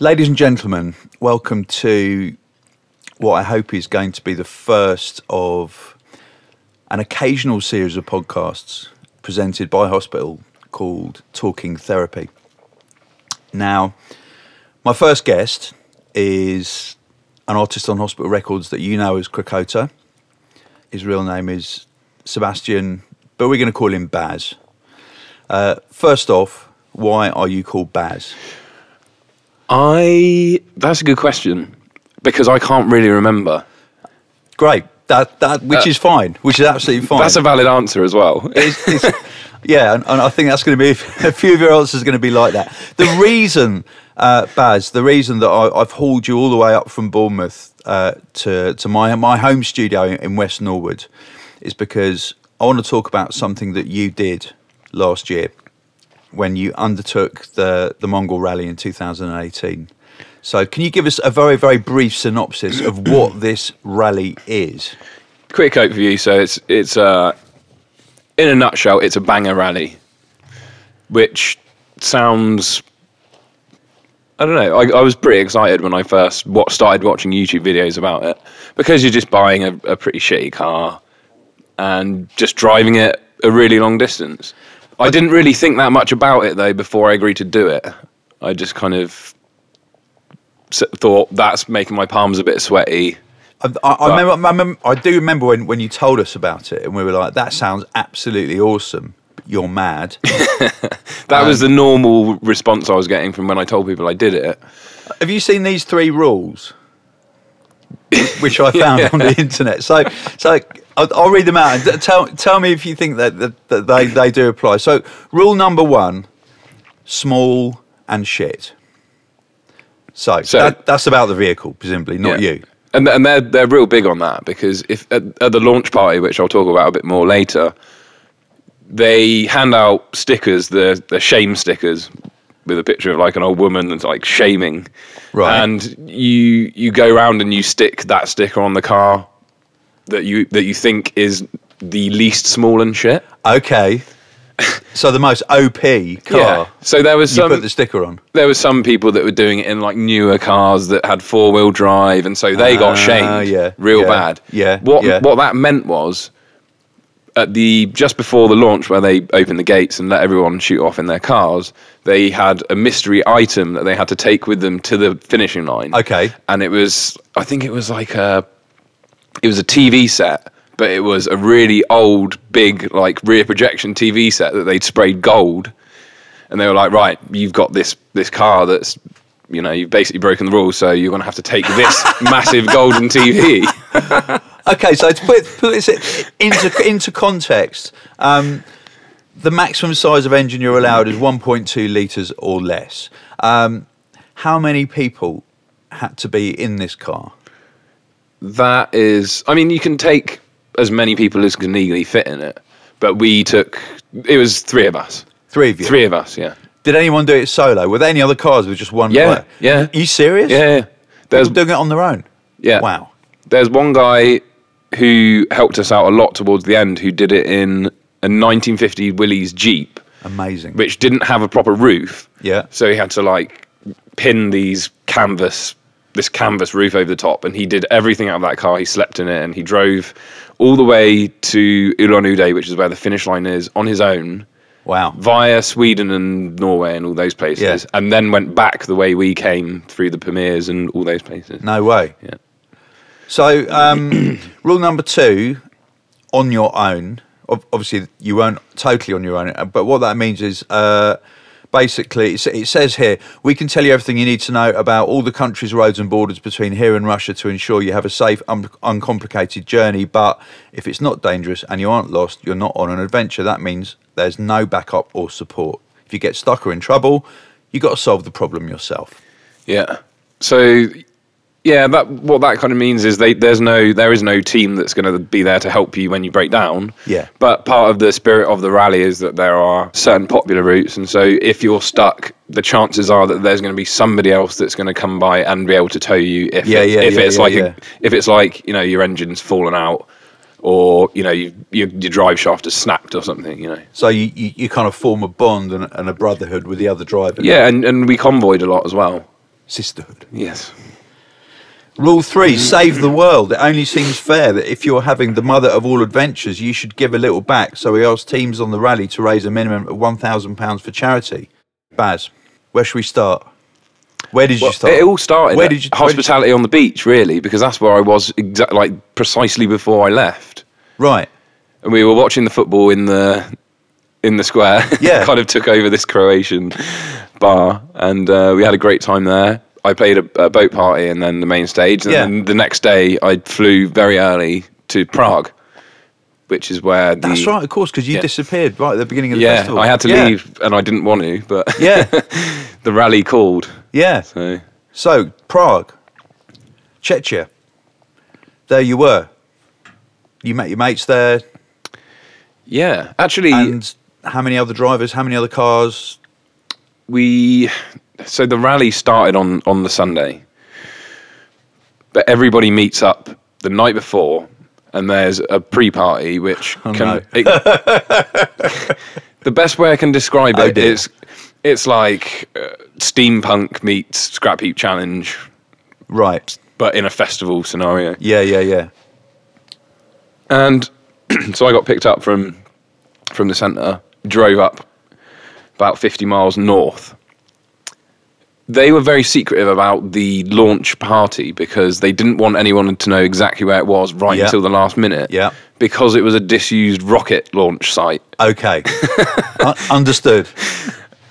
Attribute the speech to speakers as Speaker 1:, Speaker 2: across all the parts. Speaker 1: Ladies and gentlemen, welcome to what I hope is going to be the first of an occasional series of podcasts presented by Hospital called Talking Therapy. Now, my first guest is an artist on Hospital Records that you know as Krakota. His real name is Sebastian, but we're going to call him Baz. Uh, first off, why are you called Baz?
Speaker 2: I that's a good question because I can't really remember.
Speaker 1: Great. That that which
Speaker 2: Uh,
Speaker 1: is fine, which is absolutely fine.
Speaker 2: That's a valid answer as well.
Speaker 1: It's- it's- yeah, and, and I think that's going to be a few of your answers are going to be like that. The reason, uh, Baz, the reason that I, I've hauled you all the way up from Bournemouth uh, to to my my home studio in, in West Norwood is because I want to talk about something that you did last year when you undertook the the Mongol Rally in 2018. So, can you give us a very very brief synopsis of what this rally is?
Speaker 2: Quick overview. So it's it's uh, in a nutshell, it's a banger rally, which sounds. I don't know. I, I was pretty excited when I first what started watching YouTube videos about it because you're just buying a, a pretty shitty car and just driving it a really long distance. I didn't really think that much about it though before I agreed to do it. I just kind of s- thought that's making my palms a bit sweaty.
Speaker 1: I, I, I, remember, I, remember, I do remember when, when you told us about it, and we were like, "That sounds absolutely awesome." but You're mad.
Speaker 2: That was
Speaker 1: Um,
Speaker 2: the normal response I was getting from when I told people I did it.
Speaker 1: Have you seen these three rules, which I found on the internet? So, so I'll, I'll read them out and t- tell tell me if you think that, that, that they they do apply. So, rule number one: small and shit. So,
Speaker 2: So-
Speaker 1: that, that's about the vehicle, presumably, not
Speaker 2: Yeah.
Speaker 1: you.
Speaker 2: And, th- and they're, they're real big on that because if at, at the launch party, which I'll talk about a bit more later, they hand out stickers, the, the shame stickers, with a picture of like an old woman that's like shaming.
Speaker 1: Right.
Speaker 2: And you you go around and you stick that sticker on the car that you that you think is the least small and shit.
Speaker 1: Okay. So the most OP car.
Speaker 2: So there was
Speaker 1: You
Speaker 2: some
Speaker 1: put the sticker on.
Speaker 2: there were some people that were doing it in like newer cars that had four wheel drive, and so they
Speaker 1: Ah,
Speaker 2: got shamed
Speaker 1: yeah,
Speaker 2: real
Speaker 1: yeah,
Speaker 2: bad.
Speaker 1: yeah,
Speaker 2: What
Speaker 1: yeah.
Speaker 2: what that meant was at the just before the launch, where they opened the gates and let everyone shoot off in their cars, they had a mystery item that they had to take with them to the finishing line.
Speaker 1: Okay.
Speaker 2: and it was I think it was like a it was a TV set. But it was a really old, big, like rear projection TV set that they'd sprayed gold and they were like, right, you've got this this car that's, you know, you've basically broken the rules, so you're going to have to take this massive golden TV.
Speaker 1: Okay, so to put, put this into, into context, um, the maximum size of engine you're allowed is 1.2 litres or less. Um, how many people had to be in this car?
Speaker 2: That is, I mean, you can take as many people as can legally fit in it, but we took it was three of us,
Speaker 1: Three of you.
Speaker 2: three of us, yeah,
Speaker 1: Did anyone do it solo? Were there any other cars with just one
Speaker 2: Yeah,
Speaker 1: player?
Speaker 2: yeah.
Speaker 1: You serious?
Speaker 2: yeah. yeah. There's
Speaker 1: People doing it on their own?
Speaker 2: Yeah.
Speaker 1: Wow.
Speaker 2: there's one guy who helped us out a lot towards the end who did it in a 1950 Willys Jeep.
Speaker 1: Amazing.
Speaker 2: which didn't have a proper roof.
Speaker 1: Yeah.
Speaker 2: So he had to like pin these canvas, this canvas roof over the top, and he did everything out of that car. He slept in it, and he drove all the way to Ulan Ude, which is where the finish line is, on his own
Speaker 1: Wow.
Speaker 2: via Sweden and Norway and all those places,
Speaker 1: Yeah.
Speaker 2: and then went back the way we came through the Pamirs and all those places.
Speaker 1: No way.
Speaker 2: Yeah.
Speaker 1: So, um, rule number two, on your own. ob- Obviously, you weren't totally on your own, uh, but what that means is uh, basically it's, it says here we can tell you everything you need to know about all the countries, roads, and borders between here and Russia to ensure you have a safe, un- uncomplicated journey. But if it's not dangerous and you aren't lost, you're not on an adventure. That means there's no backup or support. If you get stuck or in trouble, you got to solve the problem yourself.
Speaker 2: Yeah. So yeah, that what that kind of means is they there's no there is no team that's going to be there to help you when you break down.
Speaker 1: Yeah.
Speaker 2: But part of the spirit of the rally is that there are certain popular routes and so if you're stuck, the chances are that there's going to be somebody else that's going to come by and be able to tow you if
Speaker 1: Yeah,
Speaker 2: it's,
Speaker 1: yeah,
Speaker 2: if
Speaker 1: yeah,
Speaker 2: it's
Speaker 1: yeah,
Speaker 2: like
Speaker 1: yeah.
Speaker 2: A, if it's like, you know, your engine's fallen out or, you know, you, your your drive shaft is snapped or something, you know.
Speaker 1: So you, you, you kind of form a bond and, and a brotherhood with the other drivers.
Speaker 2: Yeah, and, and we convoyed a lot as well.
Speaker 1: sisterhood.
Speaker 2: Yes.
Speaker 1: Rule three,
Speaker 2: Mm-hmm.
Speaker 1: save the world. It only seems fair that if you're having the mother of all adventures, you should give a little back. So we asked teams on the rally to raise a minimum of £1,000 for charity. Baz, where should we start? Where did you start?
Speaker 2: It all started.
Speaker 1: Where
Speaker 2: at
Speaker 1: did you where did you-
Speaker 2: hospitality on the beach, really, because that's where I was exactly like precisely before I left,
Speaker 1: Right.
Speaker 2: and we were watching the football in the in the square.
Speaker 1: Yeah.
Speaker 2: kind of took over this Croatian bar, and uh, we had a great time there. I played a, a boat party and then the main stage, and
Speaker 1: Yeah.
Speaker 2: then the next day I flew very early to Prague, which is where the
Speaker 1: That's right, of course, because you
Speaker 2: Yeah.
Speaker 1: disappeared right at the beginning of the
Speaker 2: yeah
Speaker 1: festival.
Speaker 2: I had to
Speaker 1: Yeah.
Speaker 2: leave, and I didn't want to, but
Speaker 1: Yeah.
Speaker 2: the rally called.
Speaker 1: Yeah.
Speaker 2: So
Speaker 1: So, Prague, Chechia. There you were. You met your mates there.
Speaker 2: yeah, actually,
Speaker 1: And how many other drivers, how many other cars?
Speaker 2: we so the rally started on on the Sunday, but everybody meets up the night before, and there's a pre-party which can
Speaker 1: Oh, no.
Speaker 2: it- the best way I can describe
Speaker 1: Oh,
Speaker 2: it
Speaker 1: dear.
Speaker 2: is it's like uh, steampunk meets scrap heap challenge,
Speaker 1: Right.
Speaker 2: but in a festival scenario.
Speaker 1: Yeah, yeah, yeah.
Speaker 2: And so I got picked up from from the centre, drove up about 50 miles north. They were very secretive about the launch party because they didn't want anyone to know exactly where it was right
Speaker 1: Yeah.
Speaker 2: until the last minute.
Speaker 1: Yeah.
Speaker 2: Because it was a disused rocket launch site.
Speaker 1: Okay, U- understood.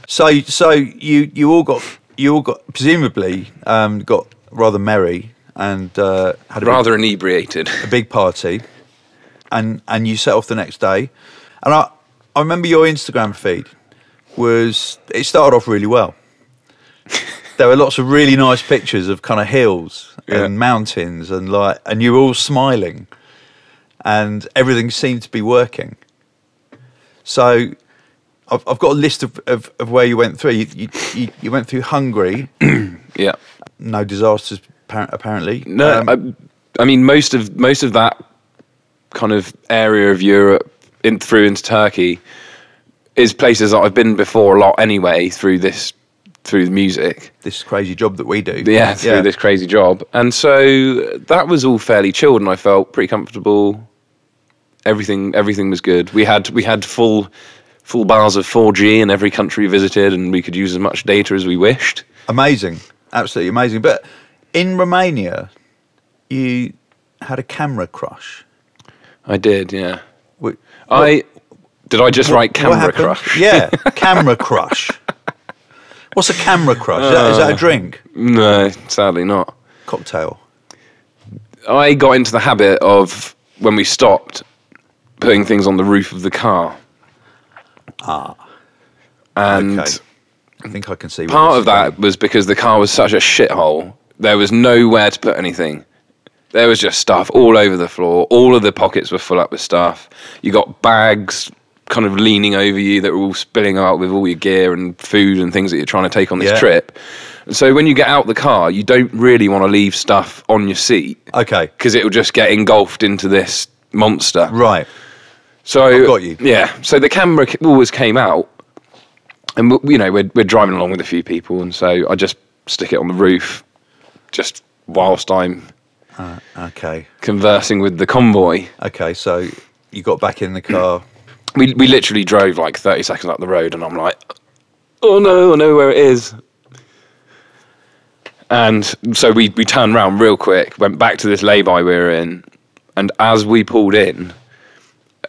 Speaker 1: So, so you you all got you all got presumably um, got rather merry and uh, had a big-
Speaker 2: Rather inebriated.
Speaker 1: a big party, and and you set off the next day, and I I remember your Instagram feed was it started off really well. there were lots of really nice pictures of kind of hills
Speaker 2: Yeah.
Speaker 1: and mountains and like and you were all smiling, and everything seemed to be working. So. I've, I've got a list of, of, of where you went through. You, you, you, you went through Hungary,
Speaker 2: Yeah.
Speaker 1: no disasters appar- apparently.
Speaker 2: No,
Speaker 1: Um,
Speaker 2: I, I mean most of most of that kind of area of Europe in through into Turkey is places that I've been before a lot anyway through this through the music.
Speaker 1: this crazy job that we do.
Speaker 2: Yeah, through this crazy job. And so that was all fairly chilled and I felt pretty comfortable. Everything everything was good. We had we had full full bars of 4G in every country we visited and we could use as much data as we wished.
Speaker 1: Amazing, absolutely amazing. But in Romania, you had a camera crush.
Speaker 2: I did, yeah.
Speaker 1: Wh-
Speaker 2: I did I just write
Speaker 1: what
Speaker 2: camera
Speaker 1: happened?
Speaker 2: crush?
Speaker 1: Yeah, camera crush. What's a camera crush? Is that, is
Speaker 2: Uh.
Speaker 1: that a drink?
Speaker 2: No, sadly not.
Speaker 1: Cocktail.
Speaker 2: I got into the habit of when we stopped putting things on the roof of the car. Ah. And
Speaker 1: okay. I think I can see. where
Speaker 2: part
Speaker 1: this
Speaker 2: of
Speaker 1: is
Speaker 2: that was because the car was such a shithole. There was nowhere to put anything. There was just stuff all over the floor. All of the pockets were full up with stuff. You got bags kind of leaning over you that were all spilling out with all your gear and food and things that you're trying to take on this
Speaker 1: Yeah.
Speaker 2: trip. And so when you get out the car, you don't really want to leave stuff on your seat
Speaker 1: going. Okay,
Speaker 2: because it will just get engulfed into this monster.
Speaker 1: right.
Speaker 2: So
Speaker 1: got you.
Speaker 2: Yeah. So the camera ca- always came out, and we- you know we're we're driving along with a few people, and so I just stick it on the roof, just whilst I'm
Speaker 1: Okay,
Speaker 2: conversing with the convoy.
Speaker 1: okay. So you got back in the car.
Speaker 2: We we literally drove like thirty seconds up the road, and I'm like, oh no, I know where it is. And so we we turned round real quick, went back to this lay-by we were in, and as we pulled in,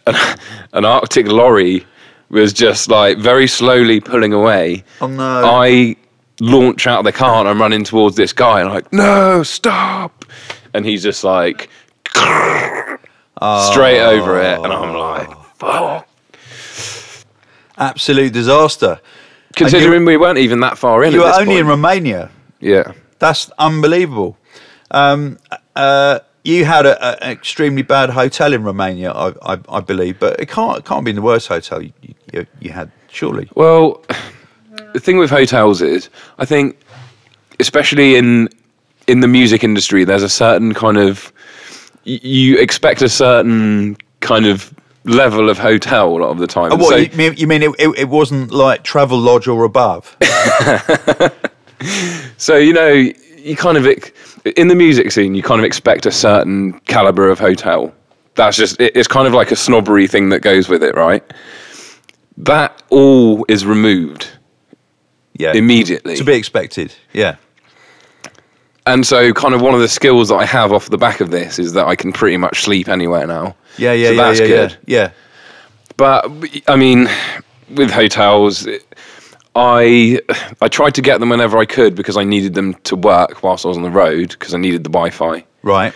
Speaker 2: an, an Arctic lorry was just like very slowly pulling away.
Speaker 1: Oh no!
Speaker 2: I launch out of the car and I'm running towards this guy, and like, no, stop! And he's just like,
Speaker 1: Oh.
Speaker 2: straight over it, and I'm like, fuck.
Speaker 1: Absolute disaster.
Speaker 2: Considering we weren't even that far in.
Speaker 1: You
Speaker 2: at
Speaker 1: were
Speaker 2: this
Speaker 1: only in
Speaker 2: point.
Speaker 1: Romania.
Speaker 2: yeah.
Speaker 1: That's unbelievable. Um, uh, you had a, a, an extremely bad hotel in Romania, I, I, I believe, but it can't it can't be the worst hotel you, you, you had, surely.
Speaker 2: Well, the thing with hotels is, I think, especially in in the music industry, there's a certain kind of y- you expect a certain kind of level of hotel a lot of the time.
Speaker 1: Uh, What
Speaker 2: So-
Speaker 1: you mean? You mean it, it, it wasn't like travel lodge or above?
Speaker 2: So you know, you kind of ex- in the music scene, you kind of expect a certain caliber of hotel. That's just it- it's kind of like a snobbery thing that goes with it, right? That all is removed
Speaker 1: Yeah.
Speaker 2: immediately.
Speaker 1: To be expected. Yeah.
Speaker 2: And so, kind of one of the skills that I have off the back of this is that I can pretty much sleep anywhere now.
Speaker 1: Yeah, yeah,
Speaker 2: so
Speaker 1: yeah,
Speaker 2: that's
Speaker 1: yeah,
Speaker 2: good.
Speaker 1: yeah. Yeah.
Speaker 2: But I mean, with hotels, it- I I tried to get them whenever I could because I needed them to work whilst I was on the road because I needed the Wi-Fi.
Speaker 1: Right.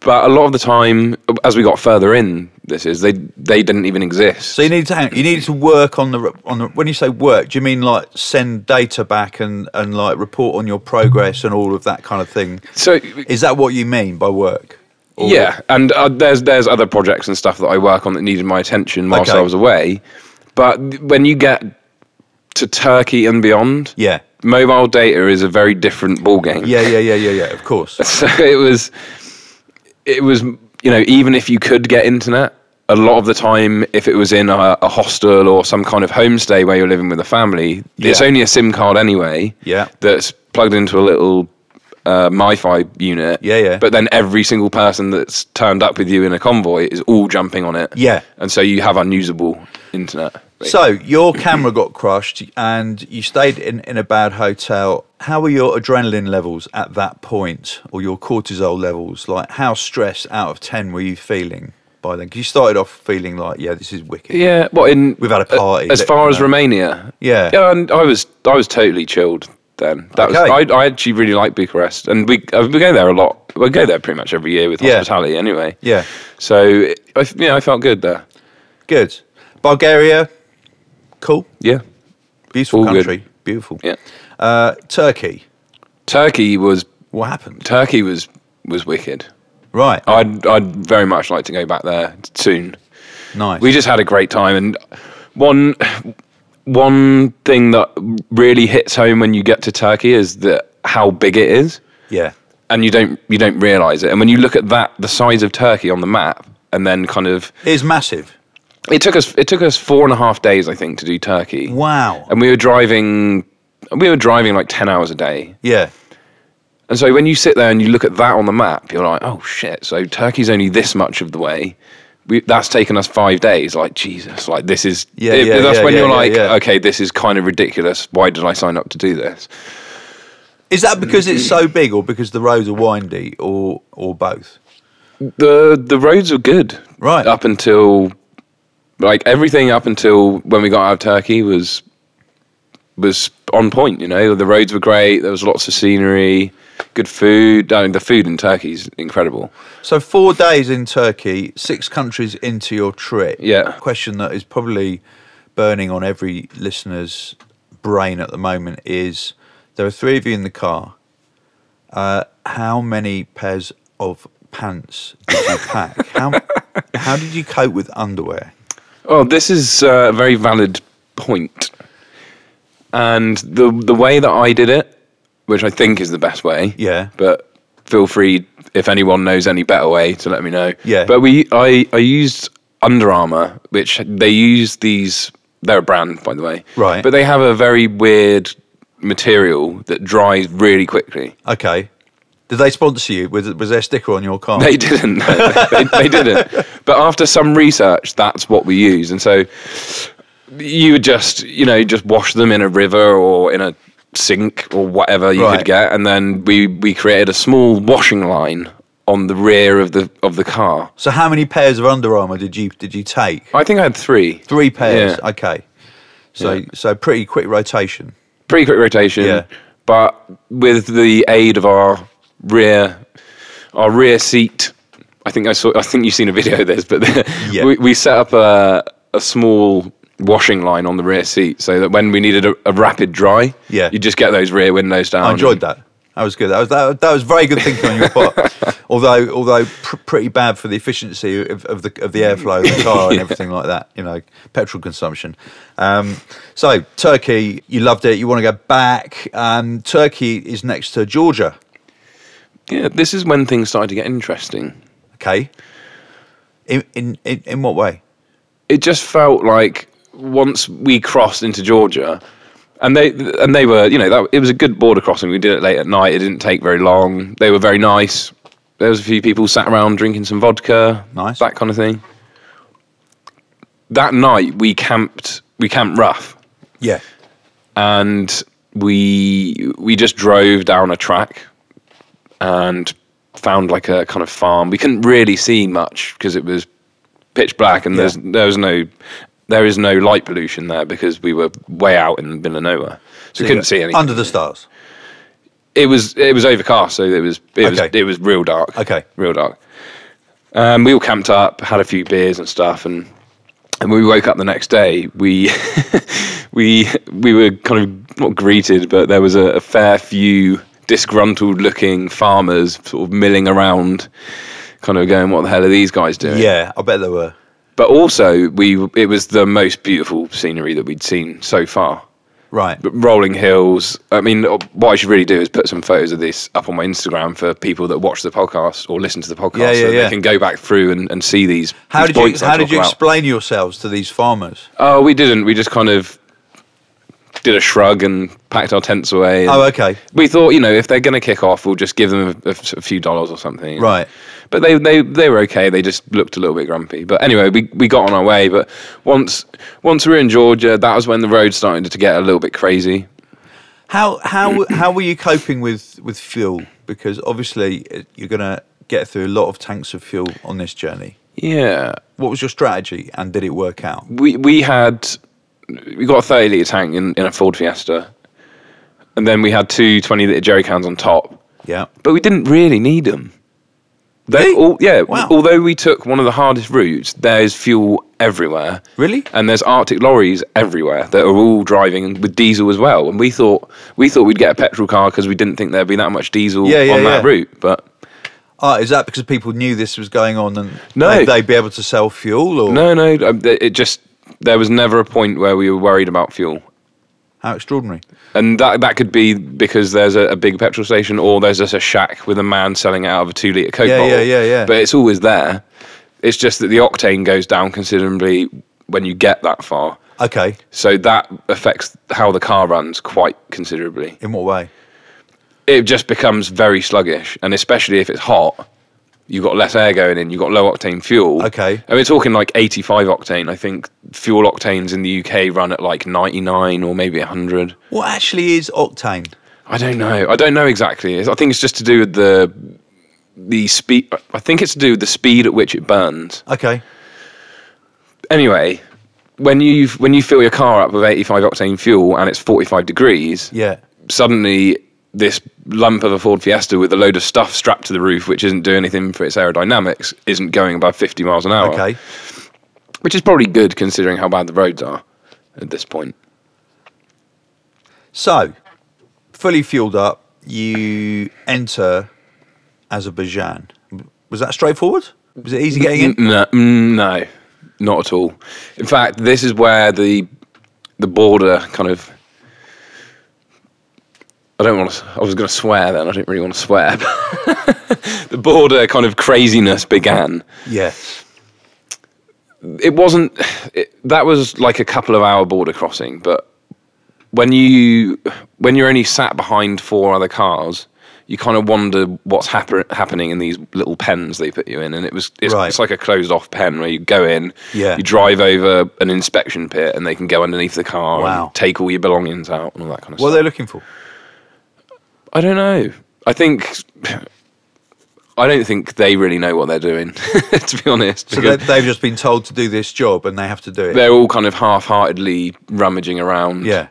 Speaker 2: But a lot of the time, as we got further in, this is they they didn't even exist.
Speaker 1: So you need to hang, you need to work on the re- on the. When you say work, do you mean like send data back and and like report on your progress and all of that kind of thing?
Speaker 2: so
Speaker 1: Is that what you mean by work? Or-
Speaker 2: yeah, and uh, there's there's other projects and stuff that I work on that needed my attention whilst
Speaker 1: Okay.
Speaker 2: I was away. But when you get to Turkey and beyond,
Speaker 1: Yeah.
Speaker 2: mobile data is a very different ballgame.
Speaker 1: Yeah. Yeah. Yeah. Yeah. Yeah. Of course.
Speaker 2: So it was, it was you know even if you could get internet, a lot of the time if it was in a, a hostel or some kind of homestay where you're living with a family, it's
Speaker 1: Yeah.
Speaker 2: only a SIM card anyway.
Speaker 1: Yeah.
Speaker 2: That's plugged into a little. Uh, MiFi unit,
Speaker 1: Yeah, yeah.
Speaker 2: But then every single person that's turned up with you in a convoy is all jumping on it,
Speaker 1: Yeah.
Speaker 2: And so you have unusable internet.
Speaker 1: So your camera got crushed and you stayed in, in a bad hotel. How were your adrenaline levels at that point or your cortisol levels? Like how stressed out of 10 were you feeling by then? 'Cause you started off feeling like, yeah, this is wicked.
Speaker 2: Yeah, well, in uh,
Speaker 1: We've had a party,
Speaker 2: As
Speaker 1: let-
Speaker 2: far as
Speaker 1: you know.
Speaker 2: Romania,
Speaker 1: Yeah.
Speaker 2: yeah, and I was I was totally chilled then. That
Speaker 1: Okay.
Speaker 2: was I, I actually really like Bucharest, and we uh, we go there a lot. We go there pretty much every year with
Speaker 1: Yeah.
Speaker 2: hospitality anyway.
Speaker 1: Yeah.
Speaker 2: So it- I f- yeah, I felt good there.
Speaker 1: Good. Bulgaria, cool.
Speaker 2: Yeah,
Speaker 1: Beautiful
Speaker 2: All good.
Speaker 1: country. Beautiful.
Speaker 2: yeah.
Speaker 1: Uh, Turkey,
Speaker 2: Turkey was
Speaker 1: what happened?
Speaker 2: Turkey was was wicked.
Speaker 1: Right.
Speaker 2: I'd I'd very much like to go back there soon.
Speaker 1: nice.
Speaker 2: we just had a great time and one one thing that really hits home when you get to Turkey is that how big it is
Speaker 1: yeah.
Speaker 2: and you don't you don't realize it and when you look at that the size of Turkey on the map and then kind of
Speaker 1: It is massive.
Speaker 2: it took us it took us four and a half days I think to do Turkey
Speaker 1: Wow.
Speaker 2: and we were driving we were driving like 10 hours a day
Speaker 1: Yeah.
Speaker 2: and so when you sit there and you look at that on the map, you're like, oh shit, so Turkey's only this much of the way. We, that's taken us five days. Like, Jesus, like this is.
Speaker 1: Yeah, yeah,
Speaker 2: that's
Speaker 1: yeah,
Speaker 2: when
Speaker 1: yeah,
Speaker 2: you're
Speaker 1: yeah,
Speaker 2: like,
Speaker 1: yeah.
Speaker 2: okay, this is kind of ridiculous. Why did I sign up to do this?
Speaker 1: Is that because it's so big or because the roads are windy or, or both?
Speaker 2: The, the roads were good.
Speaker 1: Right.
Speaker 2: Up until. Like, everything up until when we got out of Turkey was was on point, you know. The roads were great. There was lots of scenery, good food. I mean, the food in Turkey is incredible.
Speaker 1: So four days in Turkey, six countries into your trip.
Speaker 2: Yeah.
Speaker 1: Question that is probably burning on every listener's brain at the moment is: there are three of you in the car. Uh, how many pairs of pants did you pack? how how did you cope with underwear?
Speaker 2: Well, this is uh, a very valid point. And the the way that I did it, which I think is the best way.
Speaker 1: Yeah.
Speaker 2: But feel free if anyone knows any better way to let me know.
Speaker 1: Yeah.
Speaker 2: But we I I used Under Armour, which they use these they're a brand by the way.
Speaker 1: Right.
Speaker 2: But they have a very weird material that dries really quickly.
Speaker 1: Okay. Did they sponsor you? Was, was there a sticker on your car?
Speaker 2: They didn't. no, they, they didn't. But after some research, that's what we use. And so you would just, you know, just wash them in a river or in a sink or whatever you
Speaker 1: Right.
Speaker 2: could get. And then we, we created a small washing line on the rear of the of the car.
Speaker 1: So how many pairs of Under Armour did you did you take?
Speaker 2: I think I had three.
Speaker 1: Three pairs.
Speaker 2: Yeah.
Speaker 1: Okay. So
Speaker 2: Yeah.
Speaker 1: so pretty quick rotation.
Speaker 2: Pretty quick rotation.
Speaker 1: Yeah.
Speaker 2: But with the aid of our rear our rear seat, I think I saw. I think you've seen a video of this, but
Speaker 1: Yeah.
Speaker 2: we, we set up a a small washing line on the rear seat so that when we needed a, a rapid dry,
Speaker 1: Yeah.
Speaker 2: you just get those rear windows down.
Speaker 1: I enjoyed that. That was good. That was that, that was very good thinking on your part. although although pr- pretty bad for the efficiency of, of the of the airflow of the car and everything like that. You know, petrol consumption. Um, so Turkey, you loved it. You want to go back. Um, Turkey is next to Georgia.
Speaker 2: Yeah, this is when things started to get interesting.
Speaker 1: Okay. In in in, in what way?
Speaker 2: It just felt like once we crossed into Georgia, and they and they were you know that it was a good border crossing. We did it late at night. It didn't take very long. They were very nice. There was a few people sat around drinking some vodka,
Speaker 1: Nice.
Speaker 2: that kind of thing. That night we camped. We camped rough,
Speaker 1: Yeah.
Speaker 2: and we we just drove down a track and found like a kind of farm. We couldn't really see much because it was pitch black, and
Speaker 1: Yeah.
Speaker 2: there's there was no there is no light pollution there because we were way out in the middle of nowhere, so, we couldn't see anything.
Speaker 1: Under the stars.
Speaker 2: it was it was overcast, so it was it was
Speaker 1: Okay.
Speaker 2: it was real dark.
Speaker 1: Okay.
Speaker 2: real dark. Um, we all camped up, had a few beers and stuff, and and when we woke up the next day, we we we were kind of not greeted, but there was a, a fair few disgruntled looking farmers sort of milling around, kind of going, "What the hell are these guys doing?"
Speaker 1: Yeah, I bet there were.
Speaker 2: But also, we it was the most beautiful scenery that we'd seen so far
Speaker 1: Right.
Speaker 2: rolling hills. I mean, what I should really do is put some photos of this up on my Instagram for people that watch the podcast or listen to the podcast,
Speaker 1: Yeah, yeah,
Speaker 2: so
Speaker 1: yeah.
Speaker 2: they can go back through and, and see these.
Speaker 1: How
Speaker 2: these
Speaker 1: did you
Speaker 2: points I
Speaker 1: how did
Speaker 2: talk
Speaker 1: you
Speaker 2: about.
Speaker 1: explain yourselves to these farmers?
Speaker 2: Oh, we didn't. We just kind of did a shrug and packed our tents away. and
Speaker 1: Oh, okay.
Speaker 2: We thought, you know, if they're going to kick off, we'll just give them a, a f- a few dollars or something.
Speaker 1: Right.
Speaker 2: But they, they, they were okay. They just looked a little bit grumpy. But anyway, we, we got on our way. But once once we were in Georgia, that was when the road started to get a little bit crazy.
Speaker 1: How how how were you coping with with fuel? Because obviously uh, you're going to get through a lot of tanks of fuel on this journey.
Speaker 2: Yeah.
Speaker 1: What was your strategy, and did it work out?
Speaker 2: we we had we got a 30 litre tank in, in a Ford Fiesta, and then we had two 20 litre jerry cans on top.
Speaker 1: Yeah.
Speaker 2: But we didn't really need them. They
Speaker 1: Really?
Speaker 2: all yeah.
Speaker 1: Wow.
Speaker 2: Although we took one of the hardest routes, there's fuel everywhere.
Speaker 1: Really?
Speaker 2: And there's Arctic lorries everywhere that are all driving with diesel as well. And we thought we thought we'd get a petrol car because we didn't think there'd be that much diesel
Speaker 1: Yeah, yeah,
Speaker 2: on that
Speaker 1: yeah.
Speaker 2: route, but.
Speaker 1: Ah, is that because people knew this was going on and
Speaker 2: No.
Speaker 1: they'd, they'd be able to sell fuel? Or
Speaker 2: No, no, um, th- it just there was never a point where we were worried about fuel.
Speaker 1: how extraordinary!
Speaker 2: And that that could be because there's a, a big petrol station or there's just a shack with a man selling it out of a two litre Coke
Speaker 1: Yeah,
Speaker 2: bottle.
Speaker 1: yeah, yeah, yeah.
Speaker 2: But it's always there. It's just that the octane goes down considerably when you get that far.
Speaker 1: Okay,
Speaker 2: So that affects how the car runs quite considerably.
Speaker 1: in what way?
Speaker 2: It just becomes very sluggish. And especially if it's hot, you've got less air going in, you've got low octane fuel.
Speaker 1: Okay.
Speaker 2: And we're talking like 85 octane. I think fuel octanes in the UK run at like 99 or maybe 100.
Speaker 1: What actually is octane?
Speaker 2: I don't know. I don't know exactly. I think it's just to do with the the speed. I think it's to do with the speed at which it burns.
Speaker 1: Okay,
Speaker 2: Anyway, when you when you fill your car up with 85 octane fuel and it's 45 degrees,
Speaker 1: yeah,
Speaker 2: suddenly this lump of a Ford Fiesta with a load of stuff strapped to the roof, which isn't doing anything for its aerodynamics, isn't going above 50 miles an hour.
Speaker 1: okay.
Speaker 2: Which is probably good considering how bad the roads are at this point.
Speaker 1: So, fully fueled up, you enter Azerbaijan. Was that straightforward? Was it easy getting in?
Speaker 2: No, mm, no, not at all. In fact, this is where the the border kind of. I don't want to. I was going to swear then. I didn't really want to swear. the border kind of craziness began.
Speaker 1: Yes.
Speaker 2: It wasn't. It, that was like a couple of hour border crossing, but when you when you're only sat behind four other cars, you kind of wonder what's happen, happening in these little pens they put you in, and it was it's,
Speaker 1: Right.
Speaker 2: it's like a closed off pen where you go in,
Speaker 1: Yeah.
Speaker 2: you drive over an inspection pit, and they can go underneath the car
Speaker 1: Wow.
Speaker 2: and take all your belongings out and all that kind of
Speaker 1: What are
Speaker 2: stuff.
Speaker 1: they looking for?
Speaker 2: I don't know. I think. I don't think they really know what they're doing, to be honest.
Speaker 1: So they,
Speaker 2: because-
Speaker 1: they've just been told to do this job and they have to do it.
Speaker 2: they're all kind of half-heartedly rummaging around
Speaker 1: Yeah.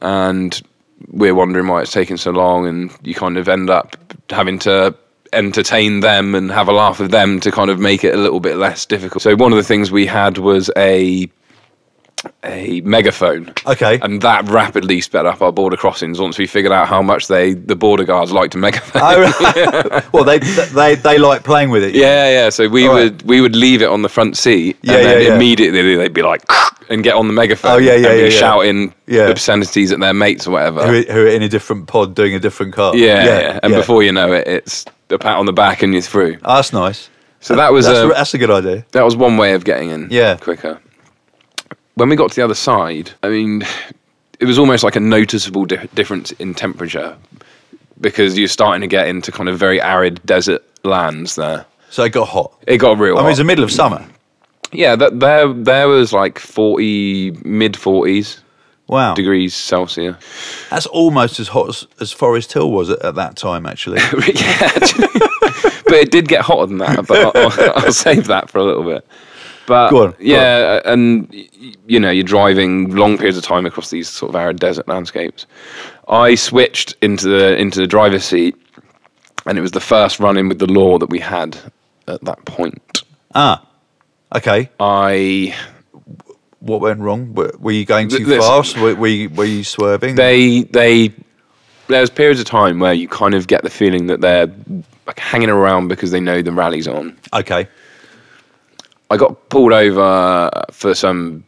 Speaker 2: and we're wondering why it's taking so long and you kind of end up having to entertain them and have a laugh with them to kind of make it a little bit less difficult so one of the things we had was a a megaphone
Speaker 1: Okay.
Speaker 2: and that rapidly sped up our border crossings once we figured out how much they the border guards like to megaphone
Speaker 1: Oh, right. well, they, they they like playing with it.
Speaker 2: Yeah, yeah. So we
Speaker 1: All right.
Speaker 2: would we would leave it on the front seat,
Speaker 1: Yeah,
Speaker 2: and then
Speaker 1: yeah, yeah.
Speaker 2: immediately they'd be like, and get on the megaphone.
Speaker 1: Oh, yeah, yeah,
Speaker 2: and be
Speaker 1: yeah, yeah.
Speaker 2: shouting
Speaker 1: Yeah.
Speaker 2: obscenities at their mates or whatever.
Speaker 1: Who, are- who are in a different pod doing a different car.
Speaker 2: yeah, yeah. and before you know it, it's a pat on the back and you're through.
Speaker 1: Oh, that's nice.
Speaker 2: So that was
Speaker 1: That's,
Speaker 2: a,
Speaker 1: a, that's a good idea.
Speaker 2: that was one way of getting in.
Speaker 1: Yeah.
Speaker 2: quicker. When we got to the other side, I mean, it was almost like a noticeable di- difference in temperature because you're starting to get into kind of very arid desert lands there.
Speaker 1: So it got hot.
Speaker 2: It got real.
Speaker 1: I mean,
Speaker 2: hot.
Speaker 1: it's the middle of summer.
Speaker 2: yeah, that, there there was like forty mid forties
Speaker 1: Wow.
Speaker 2: degrees Celsius.
Speaker 1: That's almost as hot as, as Forest Hill was at, at that time, actually.
Speaker 2: yeah, actually. but it did get hotter than that. But I'll, I'll, I'll save that for a little bit. But
Speaker 1: Go on, go
Speaker 2: yeah, and y- you know, you're driving long periods of time across these sort of arid desert landscapes. I switched into the into the driver's seat, and it was the first run in with the law that we had at that point.
Speaker 1: ah, okay.
Speaker 2: I
Speaker 1: What went wrong? Were, were you going
Speaker 2: Th-
Speaker 1: too
Speaker 2: this-
Speaker 1: fast? Were, were, you, were you swerving?
Speaker 2: they they there's periods of time where you kind of get the feeling that they're like hanging around because they know the rally's on.
Speaker 1: okay.
Speaker 2: I got pulled over for some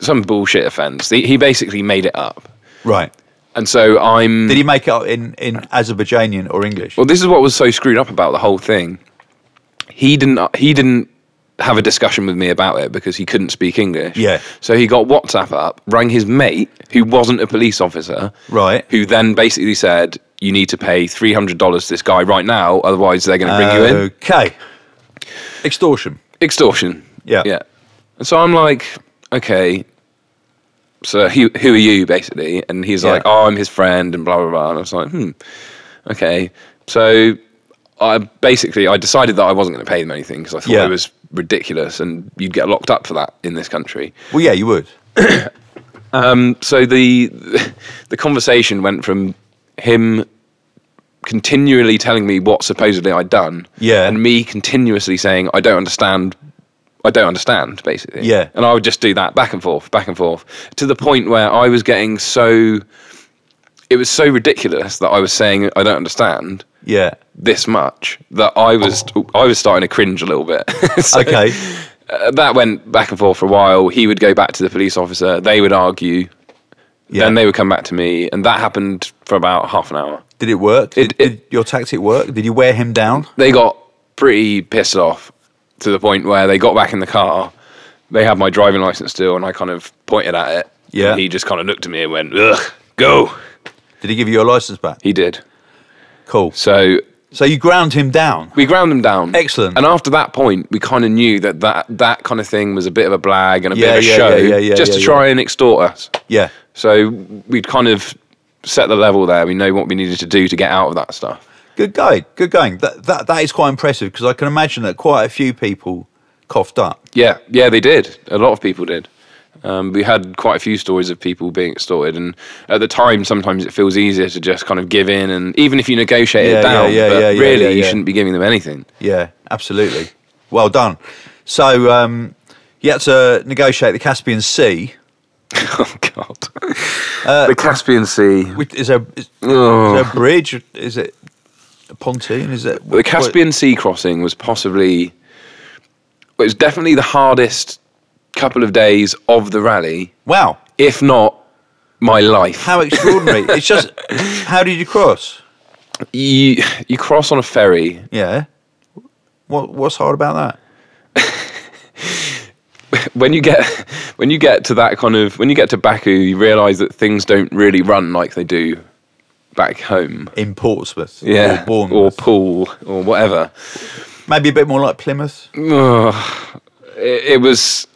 Speaker 2: some bullshit offence. He, he basically made it up,
Speaker 1: Right.
Speaker 2: and so I'm.
Speaker 1: Did he make it up in, in Azerbaijanian or English?
Speaker 2: well, this is what was so screwed up about the whole thing. He didn't. uh, He didn't have a discussion with me about it because he couldn't speak English.
Speaker 1: Yeah.
Speaker 2: So he got WhatsApp up, rang his mate who wasn't a police officer.
Speaker 1: Right.
Speaker 2: Who then basically said, "You need to pay three hundred dollars to this guy right now, otherwise they're going to bring you
Speaker 1: Oh.
Speaker 2: in."
Speaker 1: Okay. Extortion.
Speaker 2: extortion.
Speaker 1: Yeah.
Speaker 2: yeah. And so I'm like, okay. So who who are you basically? And he's
Speaker 1: Yeah.
Speaker 2: like, oh, I'm his friend, and blah blah blah. And I was like, hmm, okay. So I basically I decided that I wasn't going to pay them anything because I thought
Speaker 1: Yeah.
Speaker 2: it was ridiculous, and you'd get locked up for that in this country.
Speaker 1: Well, yeah, you would.
Speaker 2: So the the conversation went from him continually telling me what supposedly I'd done,
Speaker 1: Yeah.
Speaker 2: and me continuously saying I don't understand, I don't understand, basically,
Speaker 1: Yeah.
Speaker 2: And I would just do that back and forth, back and forth, to the point where I was getting so it was so ridiculous that I was saying I don't understand
Speaker 1: Yeah.
Speaker 2: this much that I was I was starting to cringe a little bit. So-
Speaker 1: Okay.
Speaker 2: uh, that went back and forth for a while. He would go back to the police officer. They would argue.
Speaker 1: Yeah.
Speaker 2: Then they would come back to me, and that happened for about half an hour.
Speaker 1: Did it work? Did,
Speaker 2: It-
Speaker 1: did your tactic work? Did you wear him down?
Speaker 2: They got pretty pissed off to the point where they got back in the car. They had my driving license still, and I kind of pointed at it.
Speaker 1: Yeah.
Speaker 2: And he just kind of looked at me and went, "Ugh, go."
Speaker 1: Did he give you your license back?
Speaker 2: He did.
Speaker 1: Cool.
Speaker 2: So
Speaker 1: So you ground him down.
Speaker 2: we ground them down.
Speaker 1: Excellent.
Speaker 2: And after that point, we kind of knew that, that that kind of thing was a bit of a blag and a
Speaker 1: Yeah,
Speaker 2: bit of a
Speaker 1: yeah,
Speaker 2: show,
Speaker 1: yeah, yeah, yeah,
Speaker 2: just
Speaker 1: yeah,
Speaker 2: to try and extort us.
Speaker 1: Yeah.
Speaker 2: So we'd kind of set the level there. We know what we needed to do to get out of that stuff.
Speaker 1: Good going. Good going. That that, that is quite impressive because I can imagine that quite a few people coughed up.
Speaker 2: Yeah, yeah, they did. A lot of people did. Um, we had quite a few stories of people being extorted, and at the time, sometimes it feels easier to just kind of give in, and even if you negotiate
Speaker 1: Yeah,
Speaker 2: it down,
Speaker 1: yeah, yeah,
Speaker 2: but
Speaker 1: yeah, yeah,
Speaker 2: really,
Speaker 1: yeah,
Speaker 2: you
Speaker 1: yeah.
Speaker 2: shouldn't be giving them anything.
Speaker 1: Yeah, absolutely. Well done. So um, you had to negotiate the Caspian Sea.
Speaker 2: oh God,
Speaker 1: Uh,
Speaker 2: the Caspian Sea.
Speaker 1: Which is there, is, is
Speaker 2: Oh.
Speaker 1: there a bridge? Is it a pontoon? Is it
Speaker 2: The Caspian Sea crossing was possibly, well, it was definitely the hardest couple of days of the rally,
Speaker 1: Wow,
Speaker 2: if not my life.
Speaker 1: how extraordinary! it's just how did you cross?
Speaker 2: you you cross on a ferry.
Speaker 1: Yeah. What what's hard about that?
Speaker 2: When you get when you get to that kind of when you get to Baku, you realise that things don't really run like they do back home.
Speaker 1: In Portsmouth,
Speaker 2: Yeah,
Speaker 1: or Bournemouth,
Speaker 2: or Poole, or whatever.
Speaker 1: maybe a bit more like Plymouth.
Speaker 2: It, it was.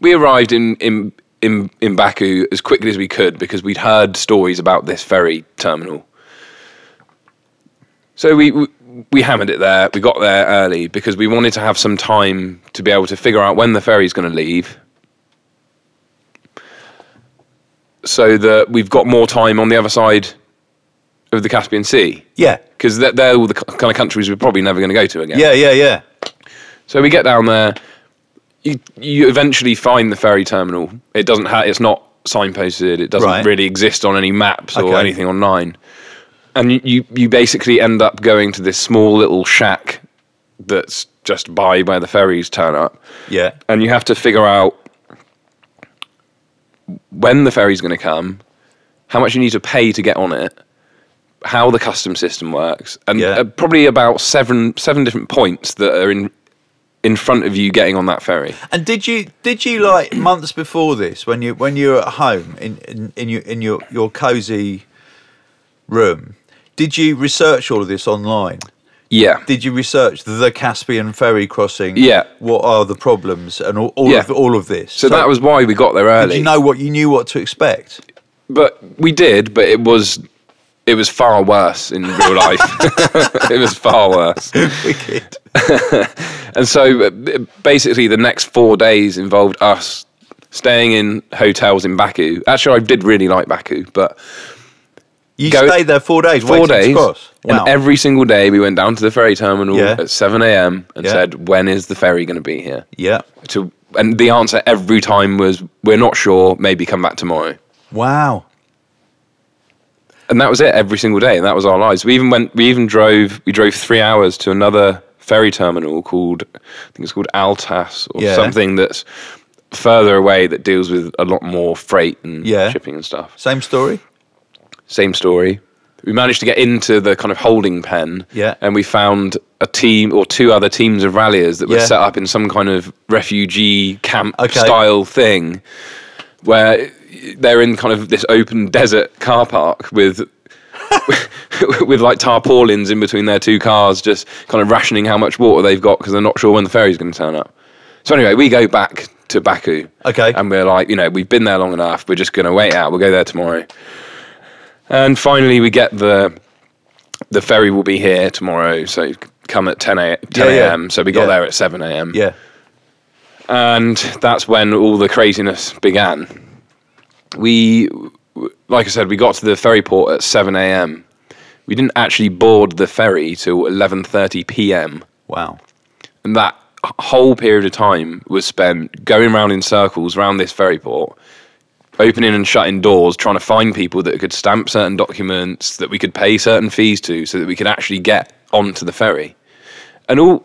Speaker 2: We arrived in in. In, in Baku as quickly as we could because we'd heard stories about this ferry terminal. So we, we we hammered it there. We got there early because we wanted to have some time to be able to figure out when the ferry's going to leave, so that we've got more time on the other side of the Caspian Sea
Speaker 1: Yeah,
Speaker 2: because they're, they're all the k- kind of countries we're probably never going to go to again.
Speaker 1: yeah, yeah, yeah.
Speaker 2: So we get down there. You you eventually find the ferry terminal. It doesn't ha- it's not signposted. It doesn't
Speaker 1: Right.
Speaker 2: really exist on any maps
Speaker 1: Okay.
Speaker 2: or anything online. And you, you you basically end up going to this small little shack that's just by where the ferries turn up,
Speaker 1: Yeah.
Speaker 2: and you have to figure out when the ferry's going to come, how much you need to pay to get on it, how the custom system works, and
Speaker 1: Yeah.
Speaker 2: uh, probably about seven seven different points that are in in front of you getting on that ferry.
Speaker 1: And did you did you like months before this when you when you were at home in in, in your in your your cozy room? Did you research all of this online?
Speaker 2: Yeah.
Speaker 1: Did you research the Caspian ferry crossing?
Speaker 2: Yeah.
Speaker 1: What are the problems and all, all
Speaker 2: Yeah.
Speaker 1: of all of this?
Speaker 2: So, that was why we got there early.
Speaker 1: Did you know what you knew what to expect?
Speaker 2: but we did but it was it was far worse in real life it was far worse
Speaker 1: Wicked.
Speaker 2: and so uh, b- basically the next four days involved us staying in hotels in baku actually i did really like baku but
Speaker 1: You
Speaker 2: Go-
Speaker 1: stayed there four days.
Speaker 2: four
Speaker 1: waiting to
Speaker 2: days
Speaker 1: cross. Wow.
Speaker 2: and every single day we went down to the ferry terminal
Speaker 1: Yeah.
Speaker 2: at 7am and
Speaker 1: Yeah.
Speaker 2: said when is the ferry going to be here
Speaker 1: yeah.
Speaker 2: to, and the answer every time was we're not sure maybe come back tomorrow
Speaker 1: Wow.
Speaker 2: and that was it every single day and that was our lives we even went we even drove we drove three hours to another ferry terminal called i think it's called altas or
Speaker 1: Yeah.
Speaker 2: something that's further away that deals with a lot more freight and
Speaker 1: Yeah.
Speaker 2: shipping and stuff
Speaker 1: Same story.
Speaker 2: same story we managed to get into the kind of holding pen
Speaker 1: Yeah.
Speaker 2: and we found a team or two other teams of ralliers that were
Speaker 1: Yeah.
Speaker 2: set up in some kind of refugee camp
Speaker 1: Okay.
Speaker 2: style thing where they're in kind of this open desert car park with with like tarpaulins in between their two cars, just kind of rationing how much water they've got because they're not sure when the ferry's going to turn up. So anyway, we go back to Baku.
Speaker 1: Okay.
Speaker 2: And we're like, you know, we've been there long enough. We're just going to wait out. We'll go there tomorrow. And finally, we get the the ferry will be here tomorrow. So come at 10 a.m. 10
Speaker 1: Yeah, yeah.
Speaker 2: a.m. So we got
Speaker 1: Yeah.
Speaker 2: there at 7 a.m.
Speaker 1: Yeah.
Speaker 2: And that's when all the craziness began. We, like I said, we got to the ferry port at 7 a.m. We didn't actually board the ferry till 11:30 p.m.
Speaker 1: Wow.
Speaker 2: And that h- whole period of time was spent going round in circles round this ferry port, opening and shutting doors, trying to find people that could stamp certain documents, that we could pay certain fees to, so that we could actually get onto the ferry. And all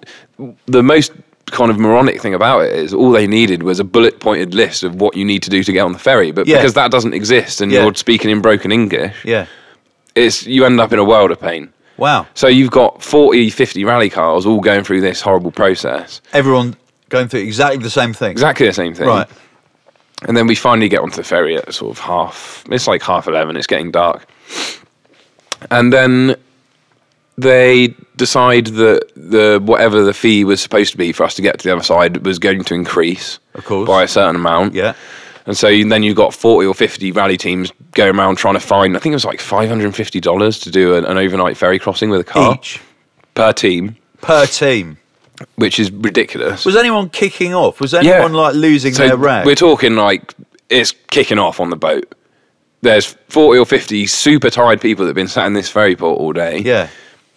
Speaker 2: the most kind of moronic thing about it is all they needed was a bullet pointed list of what you need to do to get on the ferry. But
Speaker 1: Yeah.
Speaker 2: because that doesn't exist and
Speaker 1: Yeah.
Speaker 2: you're speaking in broken English,
Speaker 1: Yeah.
Speaker 2: it's you end up in a world of pain.
Speaker 1: Wow.
Speaker 2: So you've got 40, 50 rally cars all going through this horrible process.
Speaker 1: Everyone going through exactly the same thing.
Speaker 2: Exactly the same thing.
Speaker 1: Right.
Speaker 2: And then we finally get onto the ferry at sort of half, it's like half 11, it's getting dark. And then they decide that the whatever the fee was supposed to be for us to get to the other side was going to increase
Speaker 1: Of course.
Speaker 2: by a certain amount.
Speaker 1: Yeah.
Speaker 2: And so you, then you've got 40 or 50 rally teams going around trying to find, I think it was like $550 to do an, an overnight ferry crossing with a car
Speaker 1: Each
Speaker 2: per team,
Speaker 1: per team.
Speaker 2: which is ridiculous.
Speaker 1: Was anyone kicking off? Was anyone like losing
Speaker 2: So
Speaker 1: their rag?
Speaker 2: We're talking like it's kicking off on the boat. There's 40 or 50 super tired people that have been sat in this ferry port all day.
Speaker 1: yeah.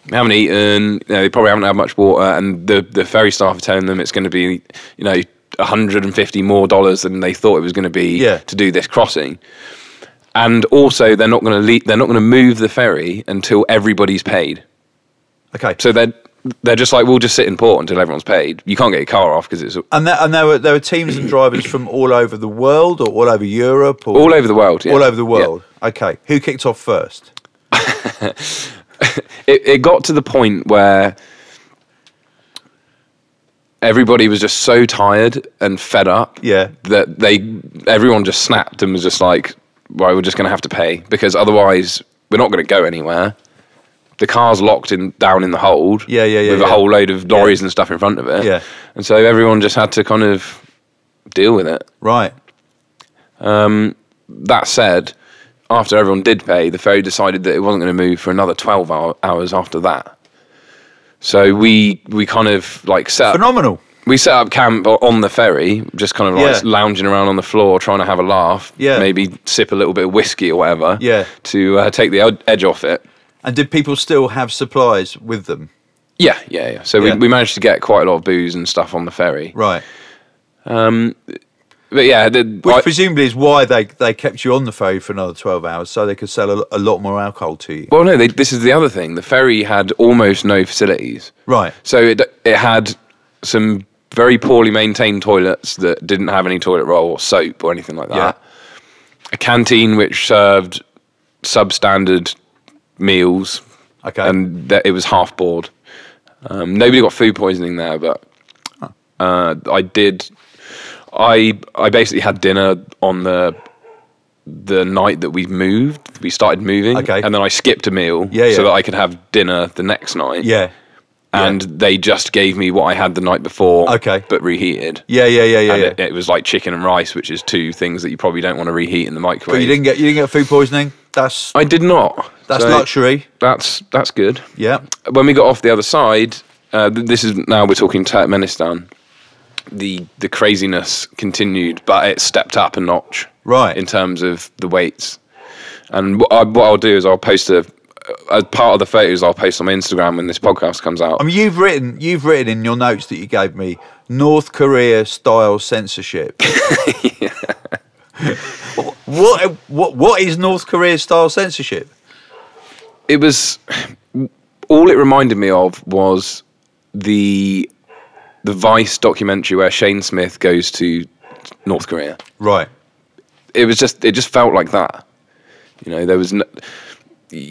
Speaker 2: They haven't eaten, you know, they probably haven't had much water, and the, the ferry staff are telling them it's going to be, you know, 150 more dollars than they thought it was going to be
Speaker 1: Yeah.
Speaker 2: to do this crossing. And also, they're not going to le- they're not going to move the ferry until everybody's paid.
Speaker 1: Okay.
Speaker 2: So they're they're just like we'll just sit in port until everyone's paid. You can't get your car off because it's
Speaker 1: and that, and there were there were teams and drivers from all over the world or all over Europe or
Speaker 2: all over the world. yeah.
Speaker 1: all over the
Speaker 2: Yeah.
Speaker 1: world. Okay. Who kicked off first?
Speaker 2: it, it got to the point where everybody was just so tired and fed up
Speaker 1: Yeah.
Speaker 2: that they everyone just snapped and was just like well we're just going to have to pay because otherwise we're not going to go anywhere the car's locked in down in the hold
Speaker 1: Yeah, yeah, yeah,
Speaker 2: with
Speaker 1: yeah.
Speaker 2: a whole load of lorries and stuff in front of it
Speaker 1: Yeah.
Speaker 2: and so everyone just had to kind of deal with it
Speaker 1: Right.
Speaker 2: that said after everyone did pay the ferry decided that it wasn't going to move for another 12 hour, hours after that so we we kind of like set up,
Speaker 1: Phenomenal.
Speaker 2: we set up camp o- on the ferry just kind of like
Speaker 1: Yeah.
Speaker 2: lounging around on the floor trying to have a laugh
Speaker 1: Yeah.
Speaker 2: maybe sip a little bit of whiskey or whatever
Speaker 1: Yeah.
Speaker 2: to uh, take the ed- edge off it
Speaker 1: And did people still have supplies with them?
Speaker 2: yeah yeah yeah so
Speaker 1: Yeah.
Speaker 2: We, we managed to get quite a lot of booze and stuff on the ferry
Speaker 1: Right.
Speaker 2: but yeah the,
Speaker 1: Which
Speaker 2: I-
Speaker 1: presumably is why they, they kept you on the ferry for another 12 hours so they could sell a, a lot more alcohol to you.
Speaker 2: well no they, this is the other thing the ferry had almost no facilities
Speaker 1: Right.
Speaker 2: So it it had some very poorly maintained toilets that didn't have any toilet roll or soap or anything like that.
Speaker 1: Yeah.
Speaker 2: A canteen which served substandard meals,
Speaker 1: Okay.
Speaker 2: and that it was half board. Um, nobody got food poisoning there, but Uh, I did. I I basically had dinner on the the night that we moved. We started moving,
Speaker 1: Okay.
Speaker 2: and then I skipped a meal
Speaker 1: Yeah, yeah.
Speaker 2: so that I could have dinner the next night.
Speaker 1: Yeah.
Speaker 2: and they just gave me what I had the night before.
Speaker 1: Okay.
Speaker 2: but reheated.
Speaker 1: Yeah, yeah, yeah, yeah.
Speaker 2: and
Speaker 1: yeah.
Speaker 2: It, it was like chicken and rice, which is two things that you probably don't want to reheat in the microwave.
Speaker 1: but you didn't get you didn't get food poisoning. That's
Speaker 2: I did not.
Speaker 1: that's
Speaker 2: So
Speaker 1: luxury.
Speaker 2: That's that's good.
Speaker 1: Yeah.
Speaker 2: When we got off the other side, uh, th- this is now we're talking Turkmenistan. The the craziness continued, but it stepped up a notch.
Speaker 1: Right.
Speaker 2: In terms of the weights, and what, I, what I'll do is I'll post a. As part of the photos, I'll post on my Instagram when this podcast comes out.
Speaker 1: I mean, you've written you've written in your notes that you gave me North Korea style censorship. what what what is North Korea style censorship?
Speaker 2: it was all it reminded me of was the the Vice documentary where Shane Smith goes to North Korea.
Speaker 1: Right.
Speaker 2: It was just it just felt like that. You know, there was no,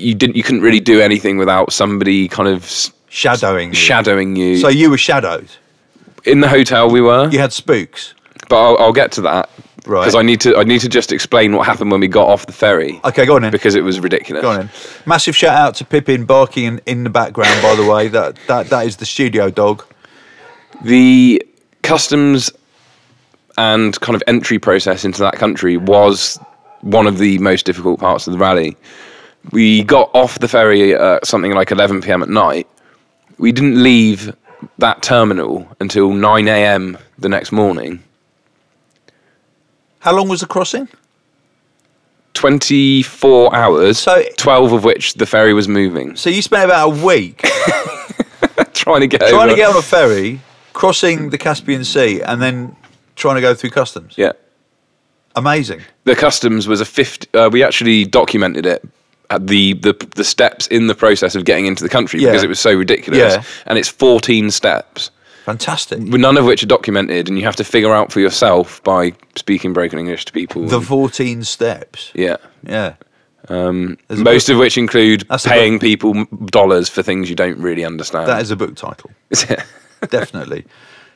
Speaker 2: you didn't you couldn't really do anything without somebody kind of s-
Speaker 1: Shadowing. you.
Speaker 2: shadowing you.
Speaker 1: Mm. So you were shadowed.
Speaker 2: in the hotel we were,
Speaker 1: You had spooks.
Speaker 2: but I'll, I'll get to that
Speaker 1: Right.
Speaker 2: because I need to I need to just explain what happened when we got off the ferry
Speaker 1: Okay, go on in.
Speaker 2: because it was ridiculous.
Speaker 1: Go on in. Massive shout out to Pippin barking in, in the background. By the way, that that that is the studio dog.
Speaker 2: the customs and kind of entry process into that country was one of the most difficult parts of the rally. We got off the ferry at something like 11 p.m. at night. We didn't leave that terminal until 9 a.m. the next morning.
Speaker 1: How long was the crossing?
Speaker 2: 24 hours,
Speaker 1: So-
Speaker 2: 12 of which the ferry was moving,
Speaker 1: So you spent about a week
Speaker 2: trying to get
Speaker 1: trying
Speaker 2: over.
Speaker 1: to get on a ferry, crossing the Caspian Sea, and then trying to go through customs.
Speaker 2: yeah.
Speaker 1: Amazing.
Speaker 2: the customs was a 50 uh, we actually documented it at the, the the steps in the process of getting into the country because
Speaker 1: Yeah.
Speaker 2: it was so ridiculous
Speaker 1: Yeah.
Speaker 2: and it's 14 steps
Speaker 1: Fantastic.
Speaker 2: but none of which are documented and you have to figure out for yourself by speaking broken english to people
Speaker 1: The
Speaker 2: and-
Speaker 1: 14 steps.
Speaker 2: yeah
Speaker 1: Yeah. Um,
Speaker 2: most of which include
Speaker 1: That's a book.
Speaker 2: paying people m- dollars for things you don't really understand
Speaker 1: that is a book title. Definitely.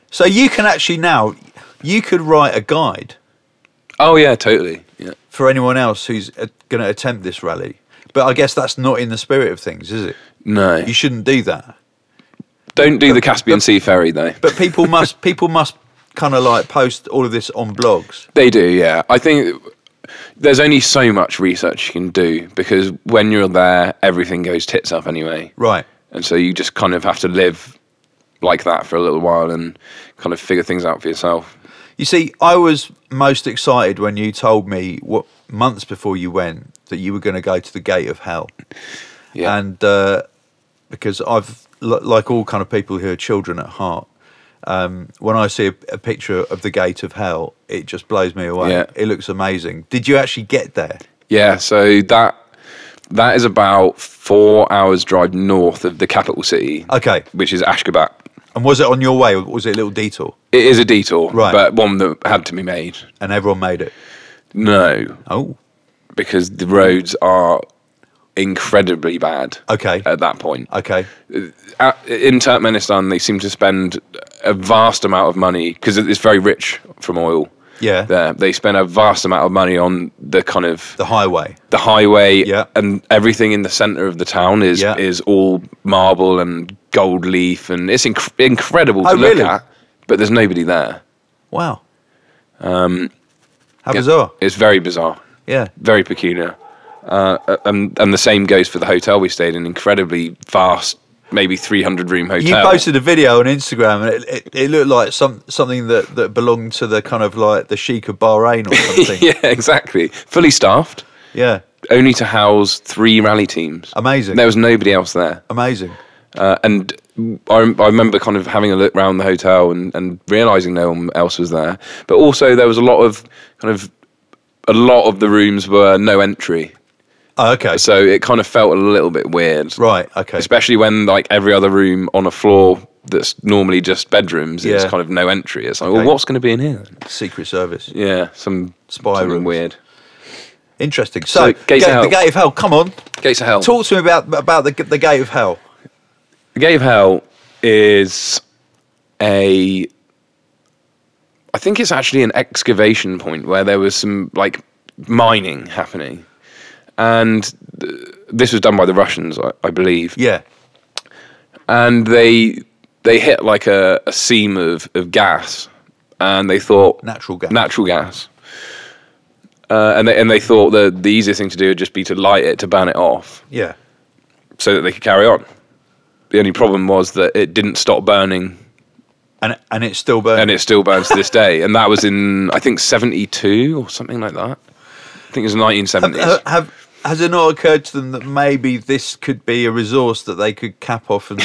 Speaker 1: So you can actually now, you could write a guide
Speaker 2: oh yeah totally yeah
Speaker 1: for anyone else who's going to attempt this rally. But I guess that's not in the spirit of things, is it?
Speaker 2: no
Speaker 1: You shouldn't do that.
Speaker 2: don't do the caspian sea ferry though
Speaker 1: But people must, people must kind of like post all of this on blogs.
Speaker 2: They do, yeah. I think there's only so much research you can do because when you're there, everything goes tits up anyway.
Speaker 1: Right.
Speaker 2: And so you just kind of have to live like that for a little while and kind of figure things out for yourself.
Speaker 1: You see, I was most excited when you told me what months before you went that you were going to go to the gate of hell.
Speaker 2: Yeah.
Speaker 1: and uh, because I've li- like all kind of people who are children at heart, um, when I see a, a picture of the gate of hell, it just blows me away.
Speaker 2: Yeah.
Speaker 1: It looks amazing. Did you actually get there?
Speaker 2: yeah, so that that is about 4 hours drive north of the capital city,
Speaker 1: Okay,
Speaker 2: which is Ashgabat.
Speaker 1: and was it on your way, or was it a little detour?
Speaker 2: It is a detour,
Speaker 1: Right.
Speaker 2: but one that had to be made.
Speaker 1: And everyone made it.
Speaker 2: No,
Speaker 1: Oh,
Speaker 2: because the roads are incredibly bad.
Speaker 1: Okay.
Speaker 2: At that point.
Speaker 1: okay,
Speaker 2: Uh, in Turkmenistan, they seem to spend a vast amount of money because it's very rich from oil.
Speaker 1: Yeah.
Speaker 2: there they spend a vast amount of money on the kind of
Speaker 1: the highway.
Speaker 2: the highway,
Speaker 1: Yeah.
Speaker 2: and everything in the center of the town is
Speaker 1: Yeah.
Speaker 2: is all marble and gold leaf, and it's inc- incredible to
Speaker 1: Oh,
Speaker 2: look
Speaker 1: really?
Speaker 2: at. But there's nobody there.
Speaker 1: Wow. Um,
Speaker 2: Um,
Speaker 1: How bizarre.
Speaker 2: It's very bizarre,
Speaker 1: Yeah.
Speaker 2: very peculiar. Uh, and and the same goes for the hotel we stayed in. Incredibly vast, maybe 300 room hotel.
Speaker 1: You posted a video on Instagram, and it, it, it looked like some something that, that belonged to the kind of like the Sheikh of Bahrain or something.
Speaker 2: yeah, exactly. Fully staffed.
Speaker 1: yeah,
Speaker 2: only to house three rally teams.
Speaker 1: Amazing.
Speaker 2: There was nobody else there.
Speaker 1: amazing.
Speaker 2: Uh, and I, rem- I remember kind of having a look round the hotel and, and realizing no one else was there. But also there was a lot of kind of a lot of the rooms were no entry.
Speaker 1: Oh, okay.
Speaker 2: So it kind of felt a little bit weird.
Speaker 1: Right. Okay.
Speaker 2: Especially when like every other room on a floor that's normally just bedrooms is
Speaker 1: Yeah.
Speaker 2: kind of no entry. It's like,
Speaker 1: Okay.
Speaker 2: well, what's going to be in here? then?
Speaker 1: Secret Service.
Speaker 2: Yeah, some
Speaker 1: Spy
Speaker 2: something
Speaker 1: rooms.
Speaker 2: weird.
Speaker 1: Interesting. So,
Speaker 2: So, Gates of
Speaker 1: Ga- the
Speaker 2: Hell. Oh.
Speaker 1: Gate of Hell. Come on,
Speaker 2: Gates of Hell.
Speaker 1: talk to me about about the the Gate of Hell.
Speaker 2: The Gate of Hell is a I think it's actually an excavation point where there was some like mining happening, and th- this was done by the Russians, I, I believe.
Speaker 1: Yeah.
Speaker 2: And they they hit like a, a seam of, of gas, and they thought
Speaker 1: Natural gas.
Speaker 2: natural gas. Uh, and they and they thought that the easiest thing to do would just be to light it to ban it off
Speaker 1: yeah.
Speaker 2: so that they could carry on. The only problem was that it didn't stop burning
Speaker 1: And and it's still burning.
Speaker 2: and it still burns to this day. And that was in, I think, 72 or something like that. I think it was
Speaker 1: have,
Speaker 2: 1970s.
Speaker 1: have, have- has it not occurred to them that maybe this could be a resource that they could cap off and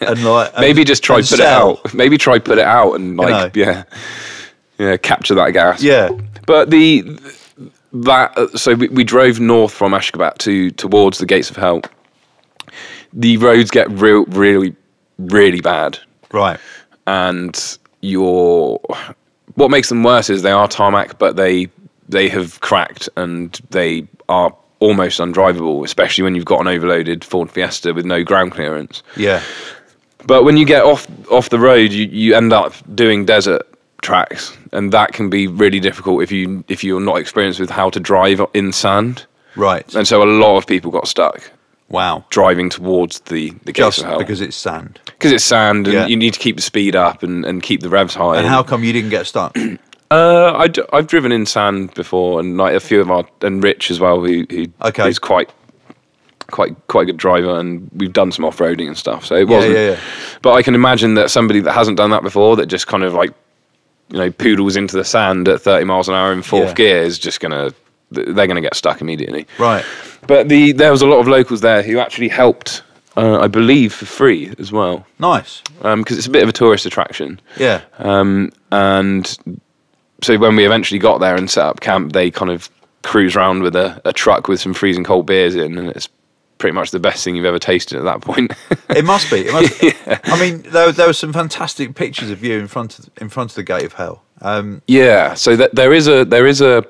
Speaker 1: and like and-
Speaker 2: Maybe just try
Speaker 1: and
Speaker 2: put
Speaker 1: sell?
Speaker 2: it out. Maybe try put it out and like yeah, yeah, capture that gas.
Speaker 1: Yeah.
Speaker 2: But the that uh, so we, we drove north from Ashgabat to towards the gates of hell. The roads get real, really, really bad,
Speaker 1: Right.
Speaker 2: and your what makes them worse is they are tarmac, but they they have cracked and they are almost undrivable, especially when you've got an overloaded Ford Fiesta with no ground clearance.
Speaker 1: Yeah.
Speaker 2: But when you get off off the road, you, you end up doing desert tracks, and that can be really difficult if you if you're not experienced with how to drive in sand.
Speaker 1: Right.
Speaker 2: And so a lot of people got stuck
Speaker 1: Wow.
Speaker 2: driving towards the the gates
Speaker 1: Just
Speaker 2: of hell
Speaker 1: because it's sand.
Speaker 2: because it's sand and
Speaker 1: Yeah.
Speaker 2: you need to keep the speed up and, and keep the revs high.
Speaker 1: And how come you didn't get stuck?
Speaker 2: Uh, I d- I've driven in sand before, and like a few of our and Rich as well, who who
Speaker 1: Okay.
Speaker 2: is quite quite quite a good driver, and we've done some off roading and stuff. So it
Speaker 1: Yeah,
Speaker 2: wasn't.
Speaker 1: yeah, yeah.
Speaker 2: But I can imagine that somebody that hasn't done that before, that just kind of like you know poodles into the sand at thirty miles an hour in fourth
Speaker 1: Yeah.
Speaker 2: gear is just gonna th- they're gonna get stuck immediately.
Speaker 1: right.
Speaker 2: But the there was a lot of locals there who actually helped, uh, I believe, for free as well,
Speaker 1: Nice.
Speaker 2: because it's a bit of a tourist attraction.
Speaker 1: Yeah.
Speaker 2: Um, and so when we eventually got there and set up camp, they kind of cruise around with a, a truck with some freezing cold beers in, and it's pretty much the best thing you've ever tasted at that point.
Speaker 1: It must be. It must I mean, there, there were some fantastic pictures of you in front of in front of the gate of hell. Um,
Speaker 2: yeah. So that there is a there is a,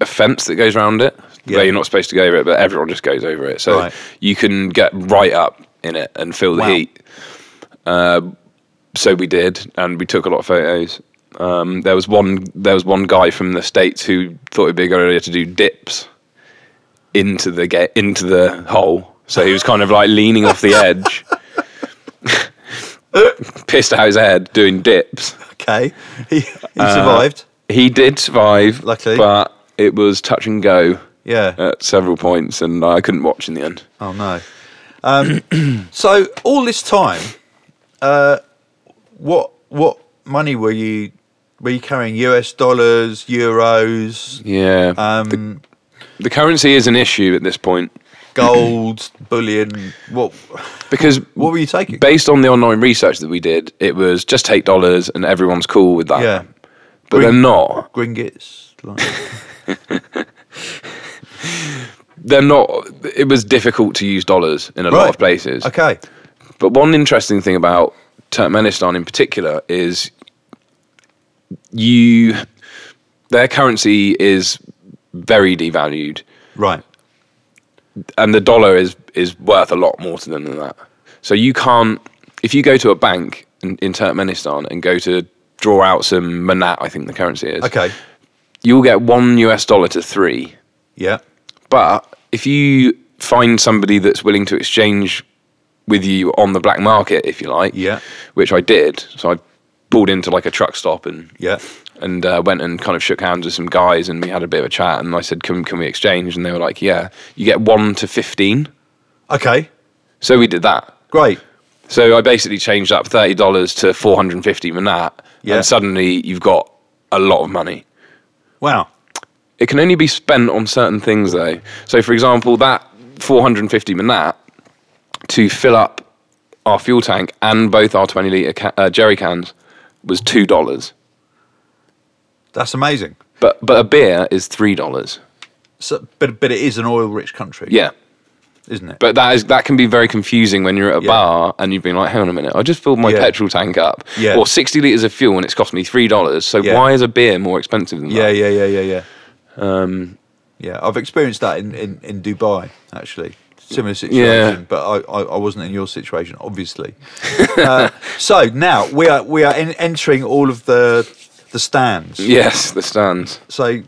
Speaker 2: a fence that goes around it
Speaker 1: Yeah.
Speaker 2: where you're not supposed to go over it, but everyone just goes over it. So
Speaker 1: Right.
Speaker 2: you can get right up in it and feel the
Speaker 1: Wow.
Speaker 2: heat. Uh, so we did, and we took a lot of photos. Um, there was one there was one guy from the states who thought it'd be a good idea to do dips into the get into the hole. So he was kind of like leaning off the edge, pissed out his head doing dips.
Speaker 1: okay. He, he survived.
Speaker 2: He did survive,
Speaker 1: Luckily.
Speaker 2: but it was touch and go
Speaker 1: Yeah.
Speaker 2: at several points, and I couldn't watch in the end.
Speaker 1: Oh no. Um, so all this time, uh, what what money were you were you carrying? U.S. dollars, euros,
Speaker 2: Yeah,
Speaker 1: um,
Speaker 2: the currency is an issue at this point
Speaker 1: gold, bullion. What
Speaker 2: because
Speaker 1: what were you taking?
Speaker 2: based on the online research that we did, it was just take dollars and everyone's cool with that.
Speaker 1: yeah,
Speaker 2: But they're not.
Speaker 1: gringits. Like,
Speaker 2: They're not. It was difficult to use dollars in a lot
Speaker 1: Right.
Speaker 2: of places.
Speaker 1: okay.
Speaker 2: But one interesting thing about Turkmenistan in particular is you their currency is very devalued
Speaker 1: Right.
Speaker 2: and the dollar is is worth a lot more to them than that. So you can't if you go to a bank in, in Turkmenistan and go to draw out some manat, I think the currency is.
Speaker 1: Okay.
Speaker 2: you'll get one US dollar to three.
Speaker 1: Yeah.
Speaker 2: But if you find somebody that's willing to exchange with you on the black market, if you like,
Speaker 1: Yeah.
Speaker 2: which I did. So I pulled into like a truck stop and
Speaker 1: Yeah.
Speaker 2: and uh, went and kind of shook hands with some guys and we had a bit of a chat and I said, "Can can we exchange?" And they were like, "Yeah." You get one to fifteen.
Speaker 1: Okay.
Speaker 2: So we did that.
Speaker 1: Great.
Speaker 2: So I basically changed up thirty dollars to four hundred and fifty manat,
Speaker 1: Yeah.
Speaker 2: and suddenly you've got a lot of money.
Speaker 1: Wow.
Speaker 2: It can only be spent on certain things, though. So, for example, that 450 manat to fill up our fuel tank and both our 20 litre ca- uh, jerry cans was $2.
Speaker 1: That's amazing.
Speaker 2: But, but a beer is $3.
Speaker 1: So, but but it is an oil-rich country,
Speaker 2: Yeah.
Speaker 1: isn't it?
Speaker 2: But that is that can be very confusing when you're at a
Speaker 1: Yeah.
Speaker 2: bar and you've been like, hang on a minute, I just filled my
Speaker 1: Yeah.
Speaker 2: petrol tank up.
Speaker 1: Yeah.
Speaker 2: Or 60 litres of fuel and it's cost me $3. So
Speaker 1: Yeah.
Speaker 2: why is a beer more expensive than
Speaker 1: Yeah,
Speaker 2: that?
Speaker 1: yeah, yeah, yeah, yeah. Um,
Speaker 2: um,
Speaker 1: yeah, I've experienced that in, in, in Dubai actually. Similar situation, but I, I, I wasn't in your situation, obviously. uh, so now we are we are en- entering all of the the stands.
Speaker 2: Yes, the stands.
Speaker 1: So,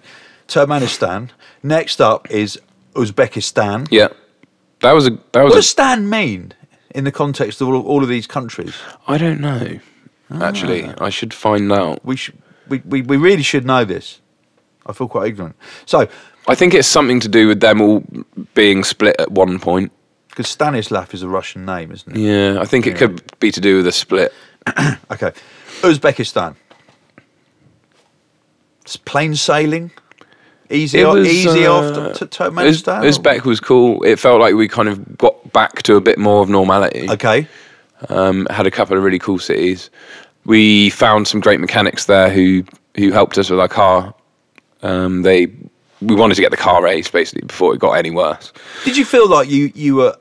Speaker 1: Turkmenistan. Next up is Uzbekistan.
Speaker 2: Yeah, that was a
Speaker 1: What
Speaker 2: that was.
Speaker 1: does stand mean in the context of all, all of these countries?
Speaker 2: A, I don't know. Actually,
Speaker 1: Ah.
Speaker 2: I should find out.
Speaker 1: We, sh- we, we, we really should know this. I feel quite ignorant. So,
Speaker 2: I think it's something to do with them all being split at one point.
Speaker 1: because Stanislav is a Russian name, isn't it?
Speaker 2: Yeah, I think it could be to do with a split.
Speaker 1: Okay. Uzbekistan. It's plain sailing. Easy,
Speaker 2: It
Speaker 1: o-
Speaker 2: was,
Speaker 1: easy
Speaker 2: uh,
Speaker 1: after t-
Speaker 2: Uz-
Speaker 1: Turkmenistan. or-
Speaker 2: Uzbek was cool. It felt like we kind of got back to a bit more of normality.
Speaker 1: Okay.
Speaker 2: Um, had a couple of really cool cities. We found some great mechanics there who who helped us with our car. Um, they we wanted to get the car raced basically before it got any worse.
Speaker 1: Did you feel like you, you were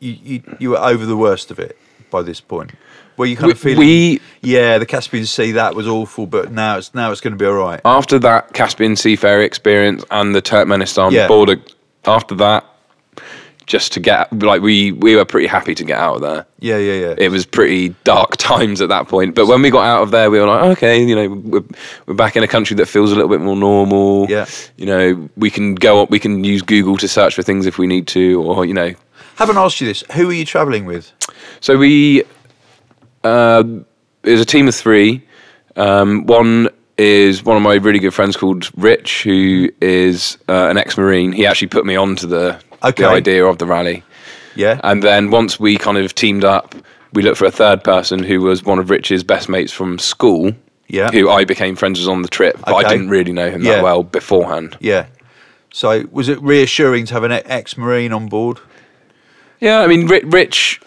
Speaker 1: you, you, you were over the worst of it by this point? Were you kind
Speaker 2: We,
Speaker 1: of feeling?
Speaker 2: we
Speaker 1: yeah, the Caspian Sea that was awful, but now it's now it's going to be all right.
Speaker 2: after that Caspian Sea ferry experience and the Turkmenistan
Speaker 1: Yeah.
Speaker 2: border. After that, just to get like we we were pretty happy to get out of there.
Speaker 1: Yeah, yeah, yeah.
Speaker 2: it was pretty dark times at that point. But when we got out of there, we were like, okay, you know, we're, we're back in a country that feels a little bit more normal.
Speaker 1: Yeah.
Speaker 2: You know, we can go up, we can use Google to search for things if we need to, or, you know.
Speaker 1: Haven't asked you this. Who are you travelling with?
Speaker 2: So we, uh, it was a team of three. Um, one is one of my really good friends called Rich, who is uh, an ex Marine. He actually put me onto the,
Speaker 1: Okay.
Speaker 2: the idea of the rally.
Speaker 1: Yeah.
Speaker 2: And then once we kind of teamed up, we looked for a third person who was one of Rich's best mates from school.
Speaker 1: Yeah.
Speaker 2: Who I became friends with on the trip, but
Speaker 1: Okay.
Speaker 2: I didn't really know him
Speaker 1: Yeah.
Speaker 2: that well beforehand.
Speaker 1: yeah. So was it reassuring to have an ex marine on board?
Speaker 2: Yeah, I mean, Ri- Rich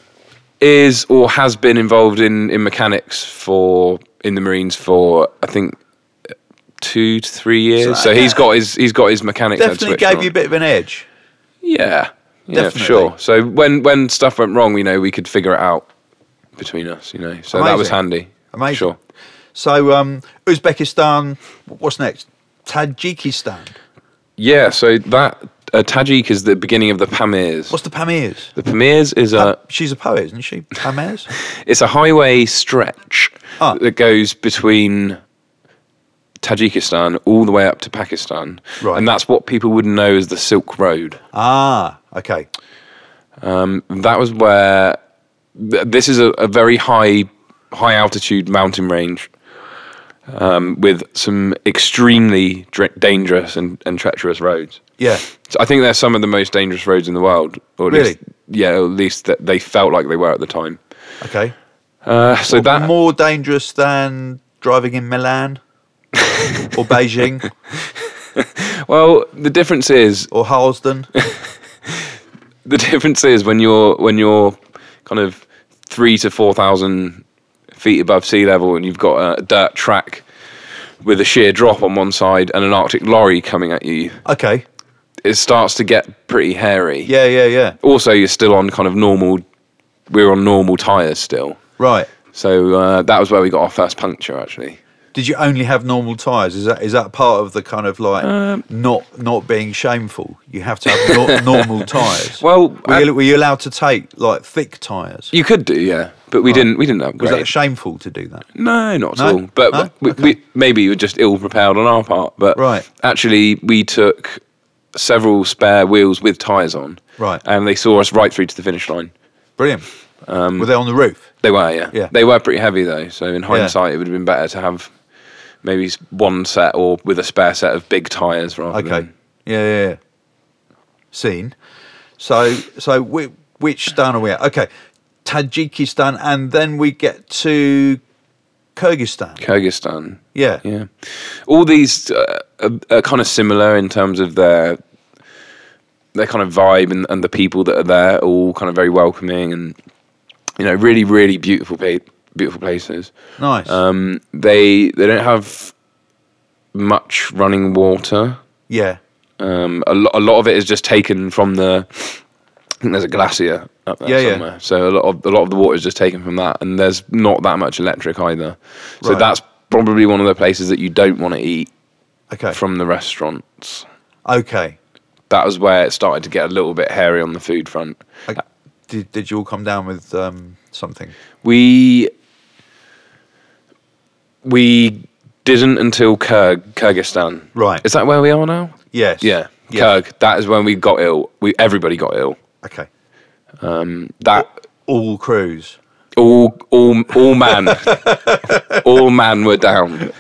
Speaker 2: is or has been involved in, in mechanics for in the Marines for I think two to three years. So, he's got his he's got his mechanics. head
Speaker 1: Definitely
Speaker 2: switched
Speaker 1: gave
Speaker 2: on.
Speaker 1: you a bit of an edge.
Speaker 2: Yeah, yeah, for
Speaker 1: Definitely.
Speaker 2: sure. So when when stuff went wrong, you know, we could figure it out between us. You know, so that was
Speaker 1: Amazing.
Speaker 2: handy. for
Speaker 1: Amazing.
Speaker 2: Sure.
Speaker 1: So um, Uzbekistan. What's next? Tajikistan.
Speaker 2: Yeah, so that uh, Tajik is the beginning of the Pamirs.
Speaker 1: What's the Pamirs?
Speaker 2: the Pamirs is a
Speaker 1: She's a poet, isn't she? Pamirs.
Speaker 2: it's a highway stretch
Speaker 1: Ah.
Speaker 2: that goes between Tajikistan all the way up to Pakistan,
Speaker 1: Right.
Speaker 2: and that's what people would know as the Silk Road.
Speaker 1: ah, okay.
Speaker 2: That was where th- this is a, a very high high altitude mountain range um, with some extremely dr- dangerous and, and treacherous roads.
Speaker 1: Yeah.
Speaker 2: So I think they're some of the most dangerous roads in the world. Or at
Speaker 1: Really?
Speaker 2: Least, yeah, or at least that they felt like they were at the time.
Speaker 1: Okay.
Speaker 2: Uh, so that
Speaker 1: more dangerous than driving in Milan or Beijing
Speaker 2: well, the difference is
Speaker 1: or Harlesden.
Speaker 2: the difference is when you're when you're kind of three to four thousand feet above sea level and you've got a dirt track with a sheer drop on one side and an Arctic lorry coming at you,
Speaker 1: Okay.
Speaker 2: it starts to get pretty hairy.
Speaker 1: Yeah, yeah, yeah.
Speaker 2: Also, you're still on kind of normal. We're on normal tires still.
Speaker 1: Right.
Speaker 2: So uh, that was where we got our first puncture, actually.
Speaker 1: Did you only have normal tyres? Is that is that part of the kind of like
Speaker 2: Um,
Speaker 1: not not being shameful? You have to have nor normal tyres.
Speaker 2: Well,
Speaker 1: were you, were you allowed to take like thick tyres?
Speaker 2: You could do, yeah, but we didn't. We didn't
Speaker 1: Was
Speaker 2: upgrade.
Speaker 1: that shameful to do that?
Speaker 2: no, not at
Speaker 1: No?
Speaker 2: all. But
Speaker 1: No?
Speaker 2: we, we, maybe we were just ill prepared on our part. But
Speaker 1: Right.
Speaker 2: actually, we took several spare wheels with tyres on.
Speaker 1: Right.
Speaker 2: and they saw us right through to the finish line.
Speaker 1: Brilliant.
Speaker 2: Um,
Speaker 1: were they on the roof?
Speaker 2: They were, yeah.
Speaker 1: Yeah.
Speaker 2: They were pretty heavy though. So in hindsight, it would have been better to have maybe s- one set or with a spare set of big tyres rather
Speaker 1: Okay.
Speaker 2: than.
Speaker 1: Yeah, yeah, yeah. Scene. So, so whi- which stan are we at? Okay, Tajikistan, and then we get to Kyrgyzstan.
Speaker 2: Kyrgyzstan.
Speaker 1: Yeah.
Speaker 2: Yeah. All these uh, are, are kind of similar in terms of their their kind of vibe and, and the people that are there, are all kind of very welcoming and you know really really beautiful pa- beautiful places.
Speaker 1: Nice.
Speaker 2: Um, they they don't have much running water.
Speaker 1: yeah.
Speaker 2: Um, a, lo- a lot of it is just taken from the. I think there's a glacier up there
Speaker 1: Yeah, yeah.
Speaker 2: somewhere. So a lot of a lot of the water is just taken from that, and there's not that much electric either. So
Speaker 1: Right.
Speaker 2: that's probably one of the places that you don't want to eat
Speaker 1: Okay.
Speaker 2: from the restaurants.
Speaker 1: okay.
Speaker 2: That was where it started to get a little bit hairy on the food front.
Speaker 1: I- did, did you all come down with um, something?
Speaker 2: We we didn't until Kyrg, Kyrgyzstan.
Speaker 1: Right.
Speaker 2: Is that where we are now?
Speaker 1: Yes.
Speaker 2: Yeah.
Speaker 1: Yeah.
Speaker 2: Kyrg. That is when we got ill. We everybody got ill.
Speaker 1: Okay.
Speaker 2: That
Speaker 1: All crews.
Speaker 2: all all all man all man were down.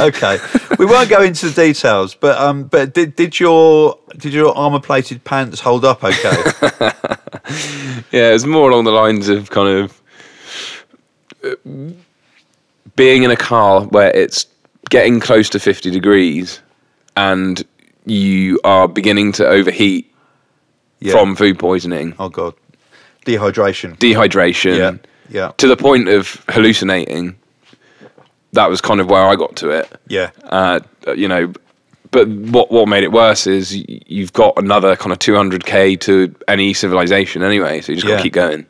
Speaker 1: Okay. we won't go into the details, but um, but did did your did your armor plated pants hold up? Okay.
Speaker 2: Yeah, it's more along the lines of kind of uh, being in a car where it's getting close to 50 degrees and you are beginning to overheat
Speaker 1: Yeah.
Speaker 2: from food poisoning,
Speaker 1: oh god, dehydration.
Speaker 2: dehydration,
Speaker 1: yeah. Yeah.
Speaker 2: to the point of hallucinating. That was kind of where I got to it.
Speaker 1: Yeah.
Speaker 2: uh, you know. But what what made it worse is y- you've got another kind of 200k to any civilization anyway, so you just got
Speaker 1: Yeah.
Speaker 2: to keep going.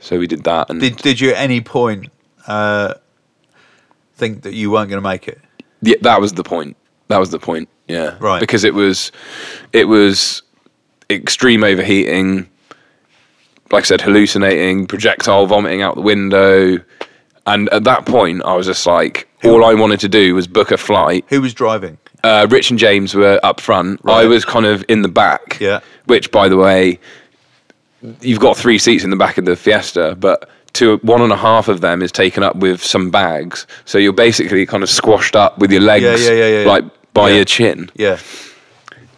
Speaker 2: So we did that, and
Speaker 1: Did did you at any point uh, think that you weren't going to make it?
Speaker 2: yeah, that was the point. That was the point. Yeah,
Speaker 1: Right.
Speaker 2: Because it was, it was extreme overheating. Like I said, hallucinating, projectile vomiting out the window, and at that point, I was just like, all I wanted to do was book a flight
Speaker 1: Who was driving?
Speaker 2: uh, Rich and James were up front. I
Speaker 1: Right.
Speaker 2: was kind of in the back.
Speaker 1: Yeah.
Speaker 2: Which, by the way, you've got three seats in the back of the Fiesta, but two, one and a half of them is taken up with some bags. So you're basically kind of squashed up with your legs,
Speaker 1: yeah, yeah, yeah, yeah.
Speaker 2: like by
Speaker 1: Yeah.
Speaker 2: your chin,
Speaker 1: Yeah.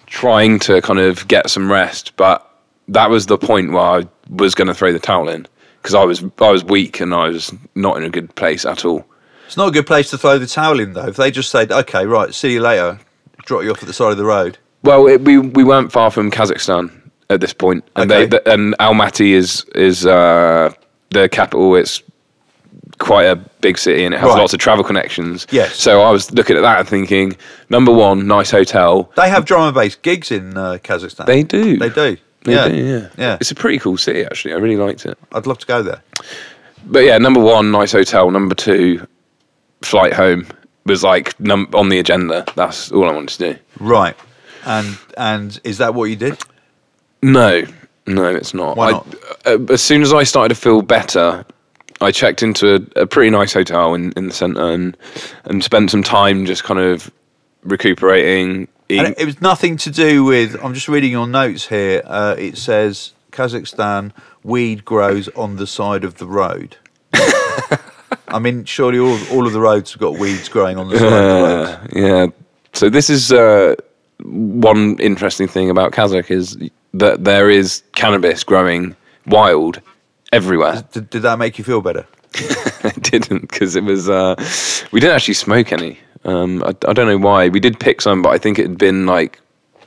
Speaker 2: trying to kind of get some rest. But that was the point where I was going to throw the towel in because I was I was weak and I was not in a good place at all.
Speaker 1: It's not a good place to throw the towel in though. If they just said, "Okay, right, see you later," drop you off at the side of the road.
Speaker 2: Well, it, we we weren't far from Kazakhstan at this point, and
Speaker 1: Okay.
Speaker 2: they, th and Almaty is is uh, the capital. It's quite a big city, and it has
Speaker 1: Right.
Speaker 2: lots of travel connections.
Speaker 1: Yes.
Speaker 2: So I was looking at that and thinking, number one, nice hotel.
Speaker 1: They have drum and bass gigs in uh, Kazakhstan.
Speaker 2: They do.
Speaker 1: They do.
Speaker 2: They
Speaker 1: yeah.
Speaker 2: do, yeah.
Speaker 1: Yeah.
Speaker 2: It's a pretty cool city, actually. I really liked it.
Speaker 1: I'd love to go there.
Speaker 2: But yeah, number one, nice hotel. Number two, flight home was like num- on the agenda. That's all I wanted to do.
Speaker 1: Right. And and is that what you did?
Speaker 2: No, no, it's not.
Speaker 1: Why
Speaker 2: I-
Speaker 1: not?
Speaker 2: uh, as soon as I started to feel better, I checked into a, a pretty nice hotel in, in the centre and and spent some time just kind of recuperating.
Speaker 1: And
Speaker 2: Eating.
Speaker 1: it, it was nothing to do with. I'm just reading your notes here. Uh, it says Kazakhstan weed grows on the side of the road. I mean, surely all, all of the roads have got weeds growing on the side of the road.
Speaker 2: Uh, yeah. So this is uh, one interesting thing about Kazakh is that there is cannabis growing wild everywhere.
Speaker 1: Did, did that make you feel better?
Speaker 2: I didn't because it was uh, we didn't actually smoke any. Um, I, I don't know why. We did pick some, but I think it had been like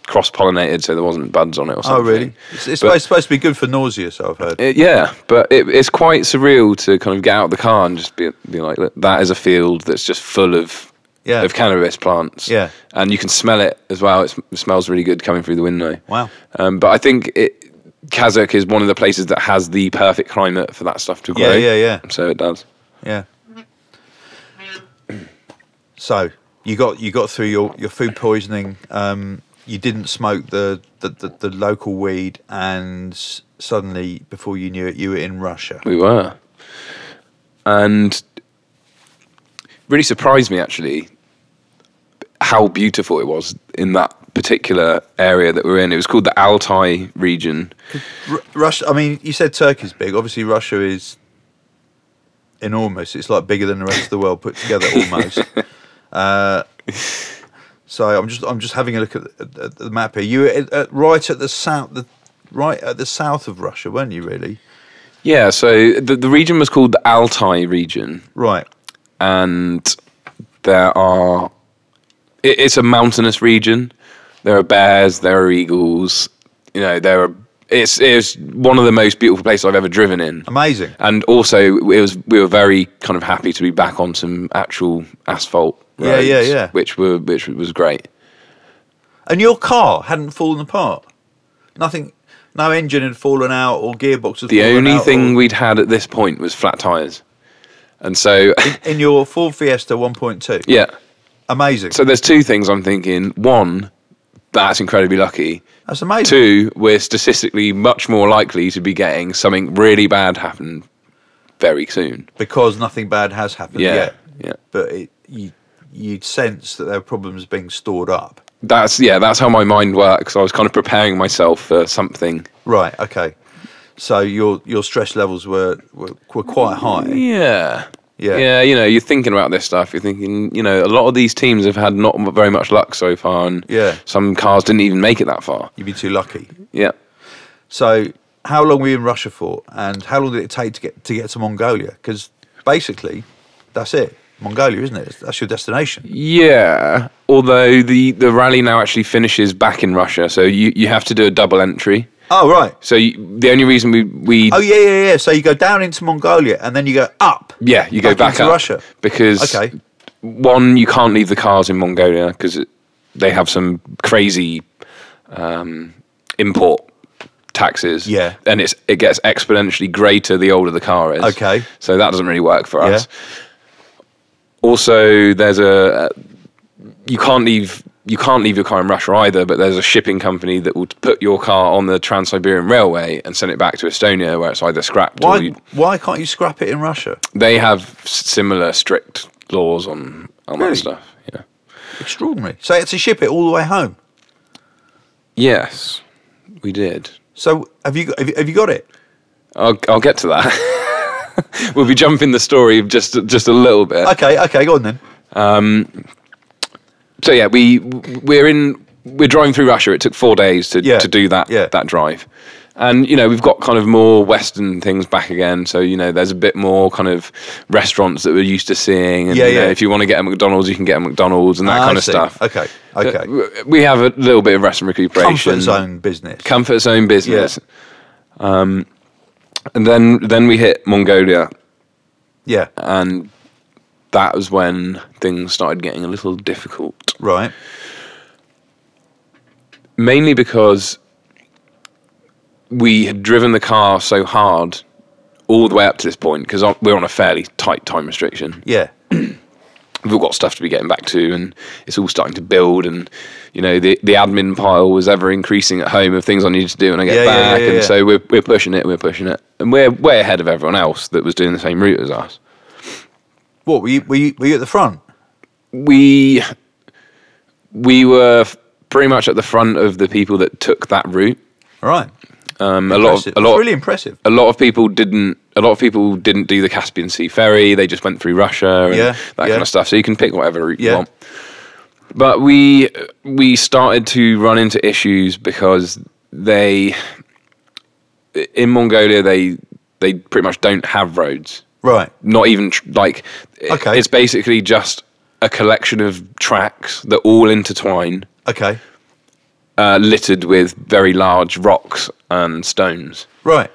Speaker 2: cross pollinated, so there wasn't buds on it or
Speaker 1: Oh,
Speaker 2: something.
Speaker 1: really? It's, it's
Speaker 2: But-
Speaker 1: supposed, supposed to be good for nausea, so I've heard.
Speaker 2: It- yeah, but it, it's quite surreal to kind of get out of the car and just be, be like, "Look, that is a field that's just full of
Speaker 1: Yeah.
Speaker 2: of cannabis plants.
Speaker 1: Yeah.
Speaker 2: and you can smell it as well. It's, it smells really good coming through the window.
Speaker 1: Wow.
Speaker 2: Um, but I think it. Kazakh is one of the places that has the perfect climate for that stuff to grow.
Speaker 1: Yeah, yeah, yeah.
Speaker 2: So it does.
Speaker 1: Yeah. So you got you got through your, your food poisoning. Um, you didn't smoke the, the, the, the local weed, and suddenly, before you knew it, you were in Russia.
Speaker 2: We were. And really surprised me actually how beautiful it was in that particular area that we were in. It was called the Altai region.
Speaker 1: R- Russia. I mean, you said Turkey's big. Obviously, Russia is enormous. It's like bigger than the rest of the world put together, almost. uh, so I'm just I'm just having a look at, at, at the map here. You were at, at, right at the south, the, right at the south of Russia, weren't you? Really?
Speaker 2: Yeah, so the, the region was called the Altai region.
Speaker 1: Right.
Speaker 2: and there are it, it's a mountainous region there are bears there are eagles you know there are it's it's one of the most beautiful places i've ever driven in
Speaker 1: Amazing.
Speaker 2: and also it was we were very kind of happy to be back on some actual asphalt
Speaker 1: Yeah,
Speaker 2: roads,
Speaker 1: yeah, yeah.
Speaker 2: which were which was great
Speaker 1: And your car hadn't fallen apart. Nothing. No engine had fallen out, or gearbox had
Speaker 2: the
Speaker 1: fallen
Speaker 2: only
Speaker 1: out,
Speaker 2: thing
Speaker 1: or-
Speaker 2: we'd had at this point was flat tires and so
Speaker 1: in your Ford Fiesta 1.2.
Speaker 2: yeah
Speaker 1: Amazing.
Speaker 2: so there's two things i'm thinking one that's incredibly lucky
Speaker 1: That's amazing.
Speaker 2: Two, we're statistically much more likely to be getting something really bad happen very soon.
Speaker 1: Because nothing bad has happened
Speaker 2: Yeah.
Speaker 1: yet.
Speaker 2: Yeah.
Speaker 1: but it, you you'd sense that there were problems being stored up.
Speaker 2: That's yeah. That's how my mind works. I was kind of preparing myself for something.
Speaker 1: Right. Okay. So your your stress levels were were, were quite high.
Speaker 2: Yeah.
Speaker 1: Yeah.
Speaker 2: Yeah, you know, you're thinking about this stuff. You're thinking, you know, a lot of these teams have had not m- very much luck so far, and
Speaker 1: Yeah.
Speaker 2: some cars didn't even make it that far.
Speaker 1: You'd be too lucky.
Speaker 2: Yeah.
Speaker 1: So how long were you in Russia for, and how long did it take to get to get to Mongolia? Because basically, that's it. Mongolia, isn't it? That's your destination.
Speaker 2: Yeah. Although the, the rally now actually finishes back in Russia, so you, you have to do a double entry.
Speaker 1: Oh right.
Speaker 2: So you, the only reason we, we
Speaker 1: Oh yeah, yeah, yeah. So you go down into Mongolia and then you go up.
Speaker 2: yeah, you go back
Speaker 1: into
Speaker 2: up
Speaker 1: Russia.
Speaker 2: because
Speaker 1: Okay.
Speaker 2: one you can't leave the cars in Mongolia because they have some crazy um, import taxes.
Speaker 1: Yeah.
Speaker 2: and it's it gets exponentially greater the older the car is.
Speaker 1: Okay.
Speaker 2: so that doesn't really work for
Speaker 1: Yeah.
Speaker 2: us. Also, there's a you can't leave. You can't leave your car in Russia either, but there's a shipping company that will put your car on the Trans Siberian Railway and send it back to Estonia, where it's either scrapped or
Speaker 1: Why
Speaker 2: you,
Speaker 1: why can't you scrap it in Russia?
Speaker 2: they have s- similar strict laws on on
Speaker 1: Really?
Speaker 2: that stuff. Yeah.
Speaker 1: Extraordinary. So you had to ship it all the way home.
Speaker 2: Yes, we did.
Speaker 1: So have you got- have you, have you got it?
Speaker 2: I'll I'll get to that. we'll be jumping the story just just a little bit.
Speaker 1: Okay, okay, go on then.
Speaker 2: So yeah, we we're in we're driving through Russia. It took four days to,
Speaker 1: Yeah,
Speaker 2: to do that
Speaker 1: yeah.
Speaker 2: that drive, and you know we've got kind of more Western things back again. So you know there's a bit more kind of restaurants that we're used to seeing. And,
Speaker 1: Yeah,
Speaker 2: you know,
Speaker 1: yeah.
Speaker 2: if you want to get a McDonald's, you can get a McDonald's and that
Speaker 1: Ah,
Speaker 2: kind
Speaker 1: I
Speaker 2: of
Speaker 1: see.
Speaker 2: stuff.
Speaker 1: Okay,
Speaker 2: So
Speaker 1: okay.
Speaker 2: w- we have a little bit of rest and recuperation.
Speaker 1: Comfort zone business.
Speaker 2: comfort zone business. Um, and then then we hit Mongolia,
Speaker 1: yeah,
Speaker 2: and that was when things started getting a little difficult.
Speaker 1: right.
Speaker 2: Mainly because we had driven the car so hard all the way up to this point because we're on a fairly tight time restriction.
Speaker 1: Yeah,
Speaker 2: We've all got stuff to be getting back to, and it's all starting to build. And you know, the the admin pile was ever increasing at home of things I needed to do when I get
Speaker 1: Yeah, yeah,
Speaker 2: back.
Speaker 1: yeah,
Speaker 2: and
Speaker 1: yeah.
Speaker 2: so we're we're pushing it, we're pushing it, and we're way ahead of everyone else that was doing the same route as us.
Speaker 1: what were you, were you were you at the front?
Speaker 2: we we were f- pretty much at the front of the people that took that route.
Speaker 1: Right.
Speaker 2: Um, a lot,
Speaker 1: Impressive.
Speaker 2: of, a lot,
Speaker 1: It's really impressive.
Speaker 2: a lot of people didn't. A lot of people didn't do the Caspian Sea ferry. They just went through Russia and
Speaker 1: Yeah,
Speaker 2: that
Speaker 1: yeah.
Speaker 2: kind of stuff. So you can pick whatever route
Speaker 1: Yeah.
Speaker 2: you want. But we we started to run into issues because they in Mongolia they they pretty much don't have roads
Speaker 1: Right.
Speaker 2: not even tr- like i-
Speaker 1: Okay.
Speaker 2: it's basically just a collection of tracks that all intertwine
Speaker 1: Okay.
Speaker 2: uh, littered with very large rocks and stones
Speaker 1: Right.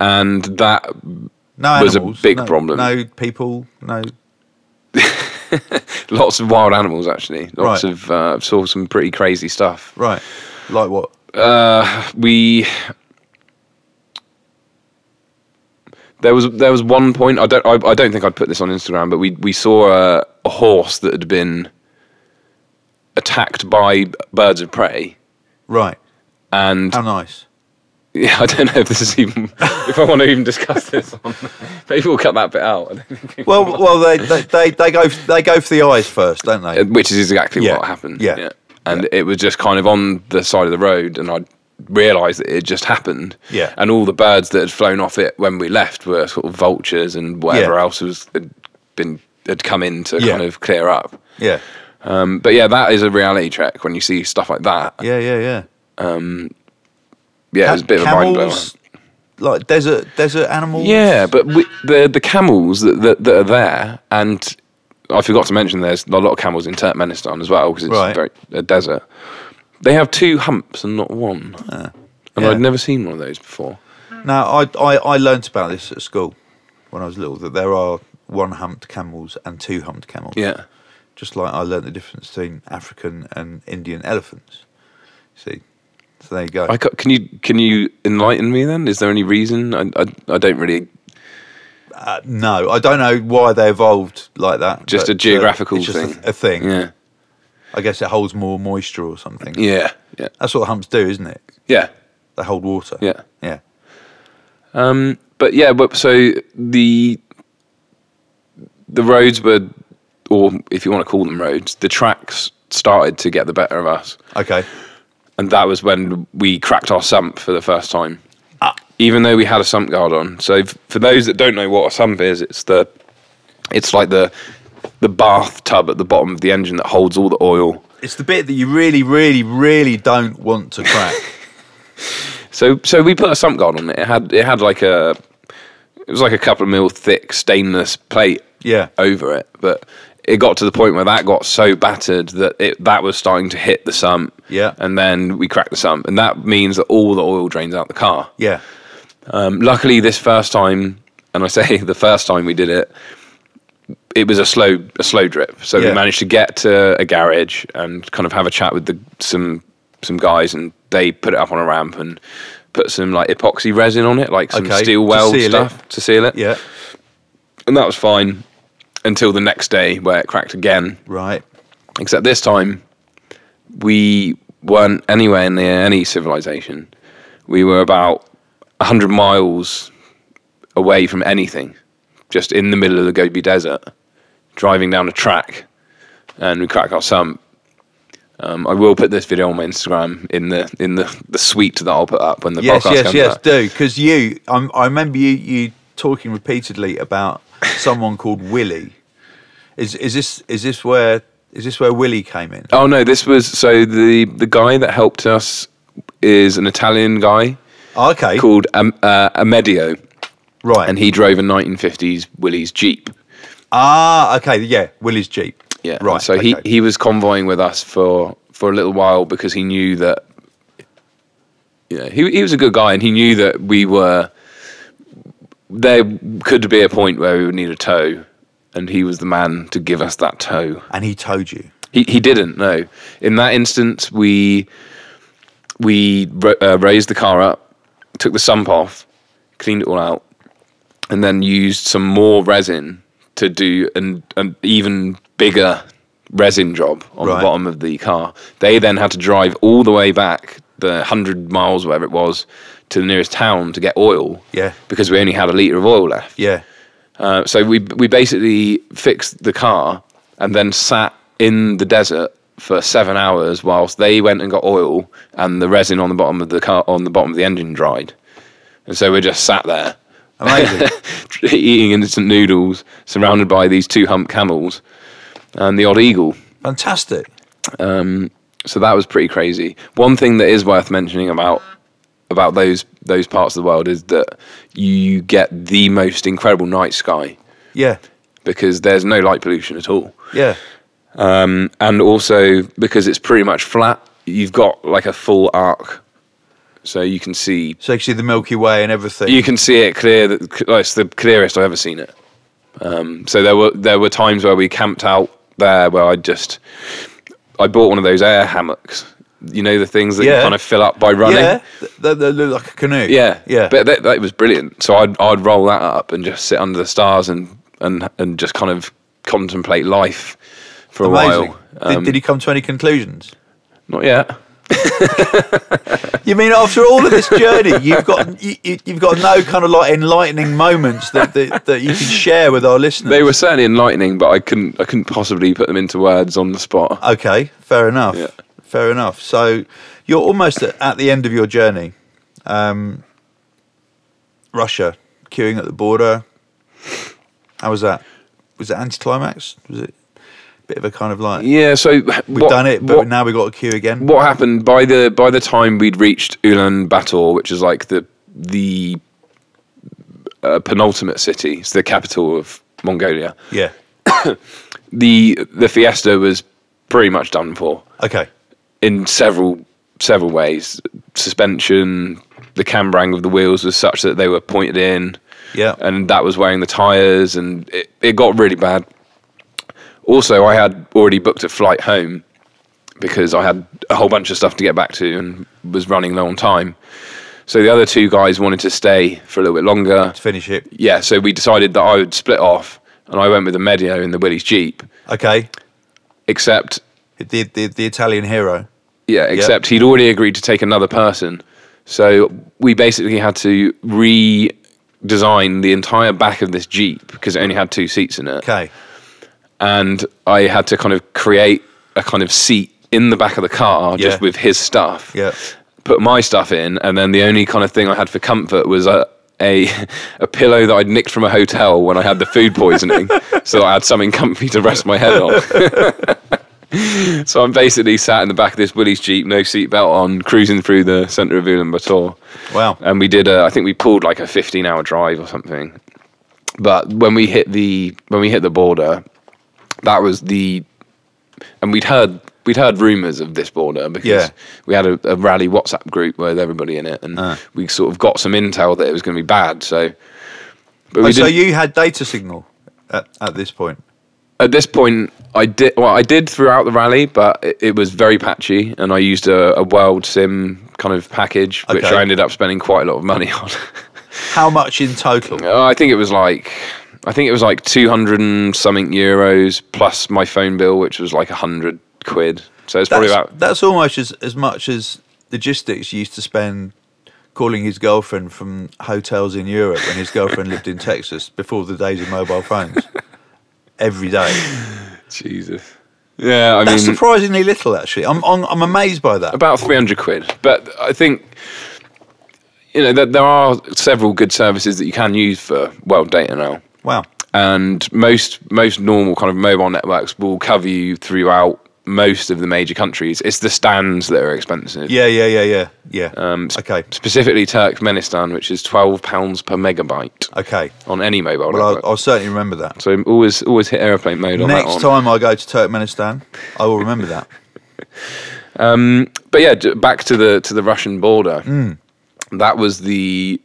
Speaker 2: and that
Speaker 1: No
Speaker 2: Was a
Speaker 1: animals.
Speaker 2: big
Speaker 1: no,
Speaker 2: problem.
Speaker 1: No people. No.
Speaker 2: lots of wild animals actually lots
Speaker 1: Right.
Speaker 2: of uh, saw some pretty crazy stuff
Speaker 1: Right. Like what?
Speaker 2: we there was there was one point I don't I, I don't think I'd put this on Instagram, but we we saw a, a horse that had been attacked by birds of prey,
Speaker 1: Right.
Speaker 2: and
Speaker 1: How nice.
Speaker 2: yeah, I don't know if this is even if I want to even discuss this. On, maybe we'll cut that bit out, I don't think people
Speaker 1: Well,
Speaker 2: will.
Speaker 1: well, they, they they they go they go for the eyes first, don't they?
Speaker 2: which is exactly
Speaker 1: Yeah,
Speaker 2: what happened.
Speaker 1: yeah,
Speaker 2: and it was just kind of on the side of the road, and I realised that it had just happened.
Speaker 1: Yeah.
Speaker 2: and all the birds that had flown off it when we left were sort of vultures and whatever
Speaker 1: Yeah.
Speaker 2: else was had been had come in to
Speaker 1: Yeah.
Speaker 2: kind of clear up.
Speaker 1: Yeah.
Speaker 2: Um, but yeah, that is a reality check when you see stuff like that. Yeah,
Speaker 1: Yeah. Yeah. Yeah.
Speaker 2: it was a bit of a mind blower.
Speaker 1: Camels, Like desert desert animals.
Speaker 2: Yeah, but we, the the camels that, that that are there, and I forgot to mention there's a lot of camels in Turkmenistan as well because it's
Speaker 1: Right.
Speaker 2: very, a desert. They have two humps and not one, and
Speaker 1: Ah, yeah.
Speaker 2: I'd never seen one of those before.
Speaker 1: Now, I, I, I learnt about this at school when I was little that there are one humped camels and two humped camels.
Speaker 2: Yeah,
Speaker 1: Just like I learnt the difference between African and Indian elephants. See? So there you go.
Speaker 2: I ca- can you can you enlighten me then? Is there any reason? I I, I don't really.
Speaker 1: Uh, no, I don't know why they evolved like that.
Speaker 2: Just a
Speaker 1: but, uh,
Speaker 2: geographical
Speaker 1: it's just a-
Speaker 2: thing.
Speaker 1: A, thing.
Speaker 2: Yeah,
Speaker 1: I guess it holds more moisture or something.
Speaker 2: yeah, yeah,
Speaker 1: That's what humps do, isn't it?
Speaker 2: yeah,
Speaker 1: They hold water.
Speaker 2: yeah.
Speaker 1: Yeah.
Speaker 2: Um, but yeah, but so the the roads were, or if you want to call them roads, the tracks started to get the better of us,
Speaker 1: Okay.
Speaker 2: and that was when we cracked our sump for the first time. Even though we had a sump guard on, so f- for those that don't know what a sump is, it's the, it's like the, the bathtub at the bottom of the engine that holds all the oil.
Speaker 1: It's the bit that you really, really, really don't want to crack.
Speaker 2: So so we put a sump guard on it. It had it had like a it was like a couple of mil thick stainless plate
Speaker 1: Yeah.
Speaker 2: over it, but it got to the point where that got so battered that it that was starting to hit the sump.
Speaker 1: Yeah.
Speaker 2: And then we cracked the sump, and that means that all the oil drains out the car.
Speaker 1: yeah.
Speaker 2: Um, luckily, this first time, and I say the first time we did it, it was a slow a slow drip. So
Speaker 1: Yeah.
Speaker 2: we managed to get to a garage and kind of have a chat with the, some some guys, and they put it up on a ramp and put some like epoxy resin on it, like some
Speaker 1: Okay,
Speaker 2: steel
Speaker 1: to
Speaker 2: weld
Speaker 1: seal it.
Speaker 2: stuff to seal it.
Speaker 1: Yeah.
Speaker 2: and that was fine until the next day where it cracked again.
Speaker 1: Right.
Speaker 2: Except this time, we weren't anywhere near any civilization. We were about 100 miles away from anything, just in the middle of the Gobi Desert, driving down a track, and we cracked our sump. Um, I will put this video on my Instagram in the in the, the suite that I'll put up when the
Speaker 1: Yes,
Speaker 2: podcast
Speaker 1: yes,
Speaker 2: comes
Speaker 1: yes,
Speaker 2: out.
Speaker 1: do. Because you, I'm, I remember you, you talking repeatedly about someone called Willie. Is, is this is this where is this where Willie came in?
Speaker 2: Oh no, this was so the the guy that helped us is an Italian guy
Speaker 1: okay,
Speaker 2: called um, uh, Amedio.
Speaker 1: right.
Speaker 2: and he drove a 1950s Willie's Jeep.
Speaker 1: ah, okay, yeah, Willie's Jeep.
Speaker 2: Yeah,
Speaker 1: right.
Speaker 2: So he,
Speaker 1: okay.
Speaker 2: he was convoying with us for for a little while because he knew that you know he he was a good guy and he knew that we were there could be a point where we would need a tow, and he was the man to give us that tow.
Speaker 1: and he towed you.
Speaker 2: He he didn't. No, in that instance, we we ra- uh, raised the car up, took the sump off, cleaned it all out, and then used some more resin to do an an even bigger resin job on
Speaker 1: Right.
Speaker 2: the bottom of the car. They then had to drive all the way back the hundred miles, wherever it was, to the nearest town to get oil.
Speaker 1: Yeah.
Speaker 2: because we only had a liter of oil left.
Speaker 1: Yeah.
Speaker 2: Uh, so we we basically fixed the car and then sat in the desert for seven hours whilst they went and got oil and the resin on the bottom of the car on the bottom of the engine dried, and so we just sat there.
Speaker 1: Amazing.
Speaker 2: eating instant noodles, surrounded by these two hump camels and the odd eagle.
Speaker 1: Fantastic.
Speaker 2: So that was pretty crazy. One thing that is worth mentioning about about those those parts of the world is that you get the most incredible night sky
Speaker 1: Yeah.
Speaker 2: because there's no light pollution at all.
Speaker 1: Yeah.
Speaker 2: Um, and also because it's pretty much flat, you've got like a full arc, so you can see
Speaker 1: So you see the Milky Way and everything.
Speaker 2: you can see it clear. That like, it's the clearest I've ever seen it. Um, so there were there were times where we camped out there where I just I bought one of those air hammocks. You know the things that
Speaker 1: Yeah.
Speaker 2: you kind of fill up by running.
Speaker 1: yeah. Th- They, they look like a canoe.
Speaker 2: Yeah,
Speaker 1: Yeah.
Speaker 2: But that, that was brilliant. So I'd I'd roll that up and just sit under the stars and and and just kind of contemplate life for a
Speaker 1: Amazing.
Speaker 2: while. Um,
Speaker 1: did, did he come to any conclusions?
Speaker 2: Not yet.
Speaker 1: You mean after all of this journey, you've got you, you- you've got no kind of like enlightening moments that that, that you can share with our listeners.
Speaker 2: They were certainly enlightening, but I couldn't I couldn't possibly put them into words on the spot.
Speaker 1: okay, fair enough,
Speaker 2: Yeah.
Speaker 1: fair enough. So you're almost at, at the end of your journey. Um, Russia queuing at the border. How was that? Was it anticlimax? Was it a bit of a kind of like
Speaker 2: Yeah, so
Speaker 1: we've done it, but now we've got to queue again?
Speaker 2: what happened by the by the time we'd reached Ulaanbaatar, which is like the the uh, penultimate city, it's the capital of Mongolia.
Speaker 1: Yeah.
Speaker 2: The the fiesta was pretty much done for
Speaker 1: Okay.
Speaker 2: in several several ways. Suspension, the cambrang of the wheels was such that they were pointed in.
Speaker 1: Yeah.
Speaker 2: and that was wearing the tires and it, it got really bad also i had already booked a flight home because i had a whole bunch of stuff to get back to and was running low on time so the other two guys wanted to stay for a little bit longer
Speaker 1: to finish it.
Speaker 2: yeah so we decided that i would split off and i went with the medio in the willie's jeep
Speaker 1: Okay.
Speaker 2: except
Speaker 1: The the, the Italian hero.
Speaker 2: Yeah, except he'd already agreed to take another person. So we basically had to re design the entire back of this Jeep because it only had two seats in it.
Speaker 1: Okay.
Speaker 2: and I had to kind of create a kind of seat in the back of the car just
Speaker 1: Yeah.
Speaker 2: with his stuff.
Speaker 1: Yeah.
Speaker 2: Put my stuff in, and then the only kind of thing I had for comfort was a a, a pillow that I'd nicked from a hotel when I had the food poisoning, so that I had something comfy to rest my head on. so I'm basically sat in the back of this Willys Jeep, no seatbelt on, cruising through the centre of Ulaanbaatar
Speaker 1: Wow.
Speaker 2: and we did a, I think we pulled like a 15 hour drive or something but when we hit the when we hit the border that was the and we'd heard we'd heard rumors of this border because
Speaker 1: Yeah.
Speaker 2: we had a, a rally whatsapp group with everybody in it and
Speaker 1: Ah.
Speaker 2: we sort of got some intel that it was going to be bad so but
Speaker 1: Oh,
Speaker 2: we
Speaker 1: so
Speaker 2: didn't-
Speaker 1: you had data signal at, at this point.
Speaker 2: at this point i did well i did throughout the rally but it, it was very patchy and i used a, a world sim kind of package which
Speaker 1: Okay.
Speaker 2: i ended up spending quite a lot of money on
Speaker 1: How much in total?
Speaker 2: Uh, I think it was like I think it was like two hundred and something euros plus my phone bill, which was like hundred quid. So it's probably
Speaker 1: That's,
Speaker 2: about
Speaker 1: that's almost as, as much as logistics used to spend calling his girlfriend from hotels in Europe when his girlfriend lived in Texas before the days of mobile phones. Every day.
Speaker 2: Jesus. Yeah, I
Speaker 1: That's
Speaker 2: mean
Speaker 1: surprisingly little, actually. I'm, I'm, I'm amazed by that.
Speaker 2: about three hundred quid. But I think you know that there are several good services that you can use for world data now,
Speaker 1: Wow.
Speaker 2: and most most normal kind of mobile networks will cover you throughout most of the major countries. It's the stands that are expensive.
Speaker 1: Yeah, yeah, yeah, yeah, yeah.
Speaker 2: Um, sp-
Speaker 1: okay,
Speaker 2: Specifically, Turkmenistan, which is twelve pounds per megabyte.
Speaker 1: okay.
Speaker 2: on any mobile
Speaker 1: Well,
Speaker 2: network.
Speaker 1: I'll, I'll certainly remember that.
Speaker 2: so always always hit airplane mode on that
Speaker 1: Next
Speaker 2: one.
Speaker 1: time I go to Turkmenistan, I will remember that.
Speaker 2: But yeah, j- back to the to the Russian border.
Speaker 1: Hmm.
Speaker 2: That was the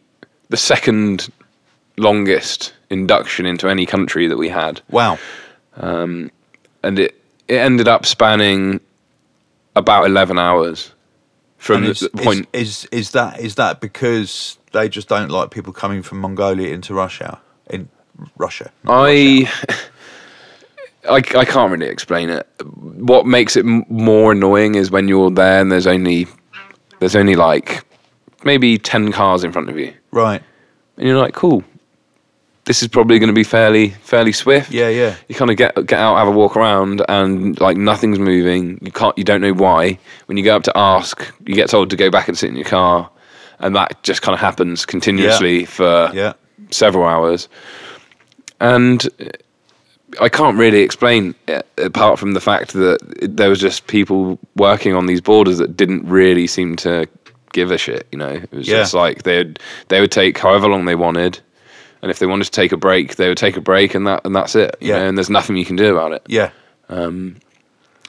Speaker 2: the second longest induction into any country that we had,
Speaker 1: Wow.
Speaker 2: and it it ended up spanning about eleven hours from
Speaker 1: And
Speaker 2: the,
Speaker 1: is,
Speaker 2: the point.
Speaker 1: is, is is that is that because they just don't like people coming from Mongolia into Russia in Russia?
Speaker 2: I, I c- I can't really explain it. What makes it m- more annoying is when you're there and there's only there's only like maybe ten cars in front of you.
Speaker 1: Right.
Speaker 2: and you're like, cool. This is probably going to be fairly fairly swift.
Speaker 1: Yeah, yeah.
Speaker 2: You kind of get get out, have a walk around, and like nothing's moving. You can't, you don't know why. When you go up to ask, you get told to go back and sit in your car, and that just kind of happens continuously for
Speaker 1: Yeah.
Speaker 2: several hours. And I can't really explain it apart from the fact that there was just people working on these borders that didn't really seem to give a shit. You know, it was
Speaker 1: Yeah.
Speaker 2: just like they'd they would take however long they wanted, and if they wanted to take a break, they would take a break, and that and that's it. you
Speaker 1: Yeah.
Speaker 2: know, and there's nothing you can do about it.
Speaker 1: Yeah.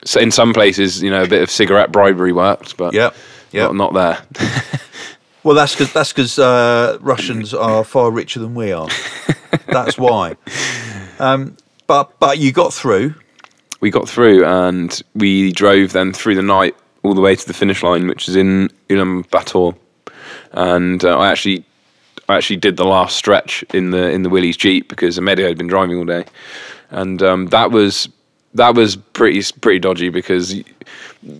Speaker 2: So in some places, you know, a bit of cigarette bribery worked, but
Speaker 1: Yeah. Yeah.
Speaker 2: not, not there.
Speaker 1: Well, that's because that's because uh, Russians are far richer than we are. that's why. Um, but but you got through.
Speaker 2: we got through and we drove then through the night all the way to the finish line, which is in Ulaanbaatar. And uh, I actually, I actually did the last stretch in the in the Willys Jeep because Amedio had been driving all day, and um, that was that was pretty pretty dodgy because y-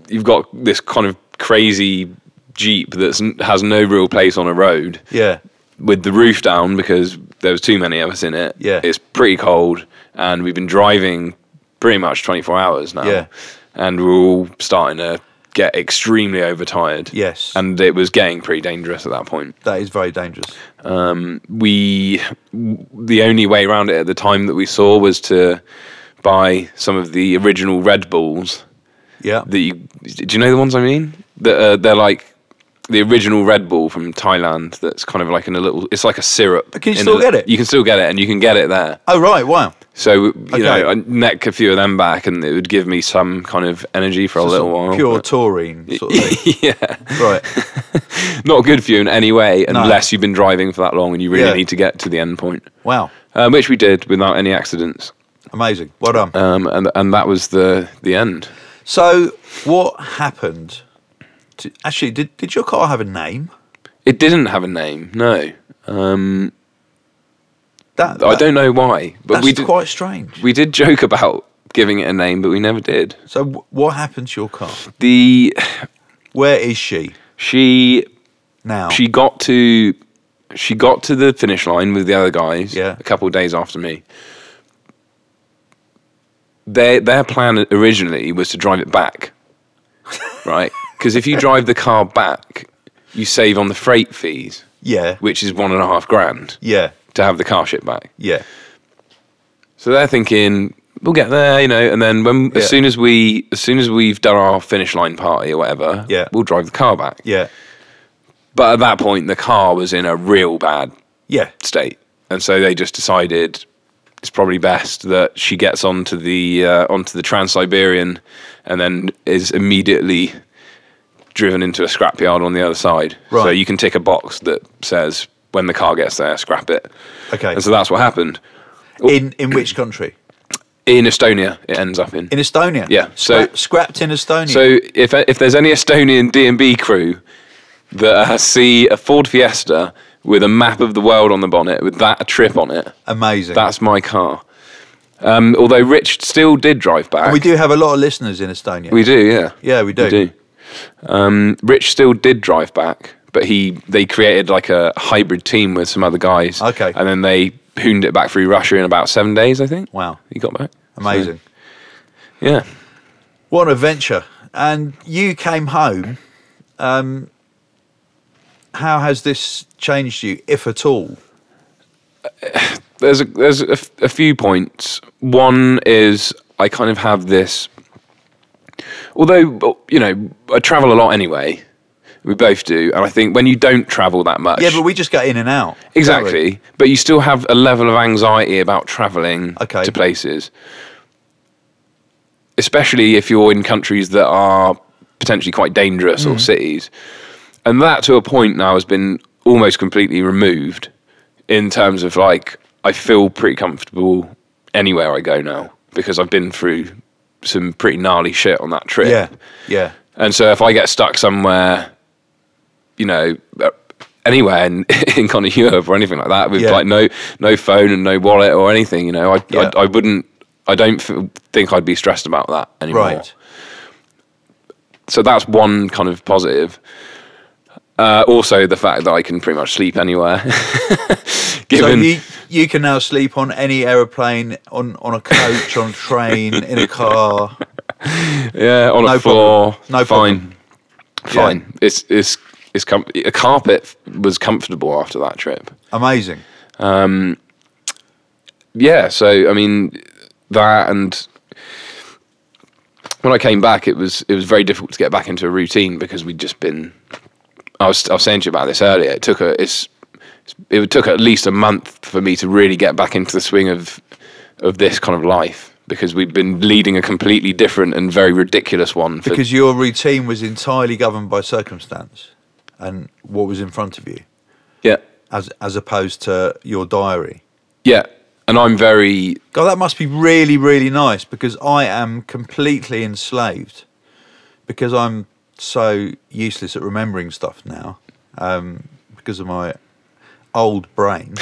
Speaker 2: you've got this kind of crazy Jeep that has no real place on a road
Speaker 1: Yeah.
Speaker 2: with the roof down because there was too many of us in it.
Speaker 1: Yeah.
Speaker 2: It's pretty cold and we've been driving pretty much 24 hours now.
Speaker 1: Yeah.
Speaker 2: And we're all starting to get extremely overtired.
Speaker 1: Yes.
Speaker 2: And it was getting pretty dangerous at that point.
Speaker 1: That is very dangerous.
Speaker 2: We the only way around it at the time that we saw was to buy some of the original Red Bulls
Speaker 1: Yeah.
Speaker 2: that you do you know the ones I mean? That uh, they're like the original Red Bull from Thailand. That's kind of like in a little. It's like a syrup.
Speaker 1: But can you
Speaker 2: in
Speaker 1: still
Speaker 2: a-
Speaker 1: get it?
Speaker 2: You can still get it, and you can get it there.
Speaker 1: oh right. Wow.
Speaker 2: So you know,
Speaker 1: Okay.
Speaker 2: I neck a few of them back, and it would give me some kind of energy for a little
Speaker 1: Sort of
Speaker 2: while.
Speaker 1: Pure
Speaker 2: but-
Speaker 1: taurine sort of thing.
Speaker 2: yeah,
Speaker 1: right.
Speaker 2: not good for you in any way unless you've been driving for that long and you really
Speaker 1: Yeah.
Speaker 2: need to get to the end point,
Speaker 1: Wow.
Speaker 2: um, which we did without any accidents.
Speaker 1: Amazing. Well done.
Speaker 2: Um, and and that was the the end.
Speaker 1: So, what happened? To, actually, did, did your car have a name?
Speaker 2: It didn't have a name. No, um,
Speaker 1: That,
Speaker 2: I
Speaker 1: that-
Speaker 2: don't know why, but
Speaker 1: That's
Speaker 2: we did.
Speaker 1: quite strange.
Speaker 2: We did joke about giving it a name, but we never did.
Speaker 1: So, wh- what happened to your car?
Speaker 2: The
Speaker 1: Where is she
Speaker 2: she
Speaker 1: now?
Speaker 2: she got to she got to the finish line with the other guys
Speaker 1: Yeah.
Speaker 2: a couple of days after me. Their their plan originally was to drive it back, right? Because if you drive the car back, you save on the freight fees,
Speaker 1: Yeah.
Speaker 2: which is one and a half grand
Speaker 1: Yeah.
Speaker 2: to have the car shipped back.
Speaker 1: Yeah.
Speaker 2: So they're thinking we'll get there, you know, and then when
Speaker 1: Yeah.
Speaker 2: as soon as we as soon as we've done our finish line party or whatever,
Speaker 1: Yeah.
Speaker 2: we'll drive the car back.
Speaker 1: Yeah.
Speaker 2: But at that point, the car was in a real bad
Speaker 1: Yeah.
Speaker 2: state, and so they just decided it's probably best that she gets onto the uh, onto the Trans Siberian, and then is immediately driven into a scrapyard on the other side. So
Speaker 1: Right.
Speaker 2: you can tick a box that says when the car gets there, scrap it,
Speaker 1: Okay.
Speaker 2: and so that's what happened
Speaker 1: In in which country?
Speaker 2: in Estonia. It ends up in.
Speaker 1: In Estonia.
Speaker 2: Yeah, so-
Speaker 1: Scra- scrapped in Estonia.
Speaker 2: So if if there's any Estonian DMB crew that uh, see a Ford Fiesta with a map of the world on the bonnet with that trip on it,
Speaker 1: Amazing.
Speaker 2: that's my car. Um, although Rich still did drive back.
Speaker 1: we do have a lot of listeners in Estonia.
Speaker 2: We do, yeah.
Speaker 1: Yeah, we do.
Speaker 2: We do. Um, Rich still did drive back, but he they created like a hybrid team with some other guys.
Speaker 1: Okay.
Speaker 2: And then they hooned it back through Russia in about seven days, I think.
Speaker 1: wow.
Speaker 2: He got back.
Speaker 1: Amazing.
Speaker 2: So, yeah.
Speaker 1: What an adventure. And you came home. Um, how has this changed you, if at all?
Speaker 2: there's a, there's a, f- a few points. One is I kind of have this, although you know I travel a lot anyway. We both do, and I think when you don't travel that much,
Speaker 1: Yeah, but we just get in and out. don't we?
Speaker 2: exactly. But you still have a level of anxiety about traveling
Speaker 1: Okay.
Speaker 2: to places, especially if you're in countries that are potentially quite dangerous
Speaker 1: Mm.
Speaker 2: or cities, and that to a point now has been almost completely removed in terms of like I feel pretty comfortable anywhere I go now because I've been through some pretty gnarly shit on that trip.
Speaker 1: Yeah. Yeah.
Speaker 2: And so if I get stuck somewhere, you know, uh, anywhere in, in kind of Europe or anything like that, with
Speaker 1: Yeah.
Speaker 2: like no no phone and no wallet or anything, you know, I
Speaker 1: Yeah.
Speaker 2: I, I wouldn't. I don't f- think I'd be stressed about that anymore.
Speaker 1: Right.
Speaker 2: So that's one kind of positive. Uh, also, the fact that I can pretty much sleep anywhere.
Speaker 1: So
Speaker 2: Given
Speaker 1: you, you can now sleep on any aeroplane, on, on a coach, on a train, in a car.
Speaker 2: Yeah, on
Speaker 1: No
Speaker 2: a floor.
Speaker 1: problem. No
Speaker 2: fine.
Speaker 1: Yeah.
Speaker 2: Fine. It's it's it's com- a carpet was comfortable after that trip.
Speaker 1: Amazing.
Speaker 2: Yeah, so I mean that and when I came back it was it was very difficult to get back into a routine because we'd just been I was I was saying to you about this earlier. It took a it's it took at least a month for me to really get back into the swing of of this kind of life because we'd been leading a completely different and very ridiculous one for
Speaker 1: Because your routine was entirely governed by circumstance and what was in front of you,
Speaker 2: yeah
Speaker 1: as, as opposed to your diary.
Speaker 2: Yeah, and I'm very
Speaker 1: God, that must be really, really nice because I am completely enslaved because I'm so useless at remembering stuff now um, because of my old brain.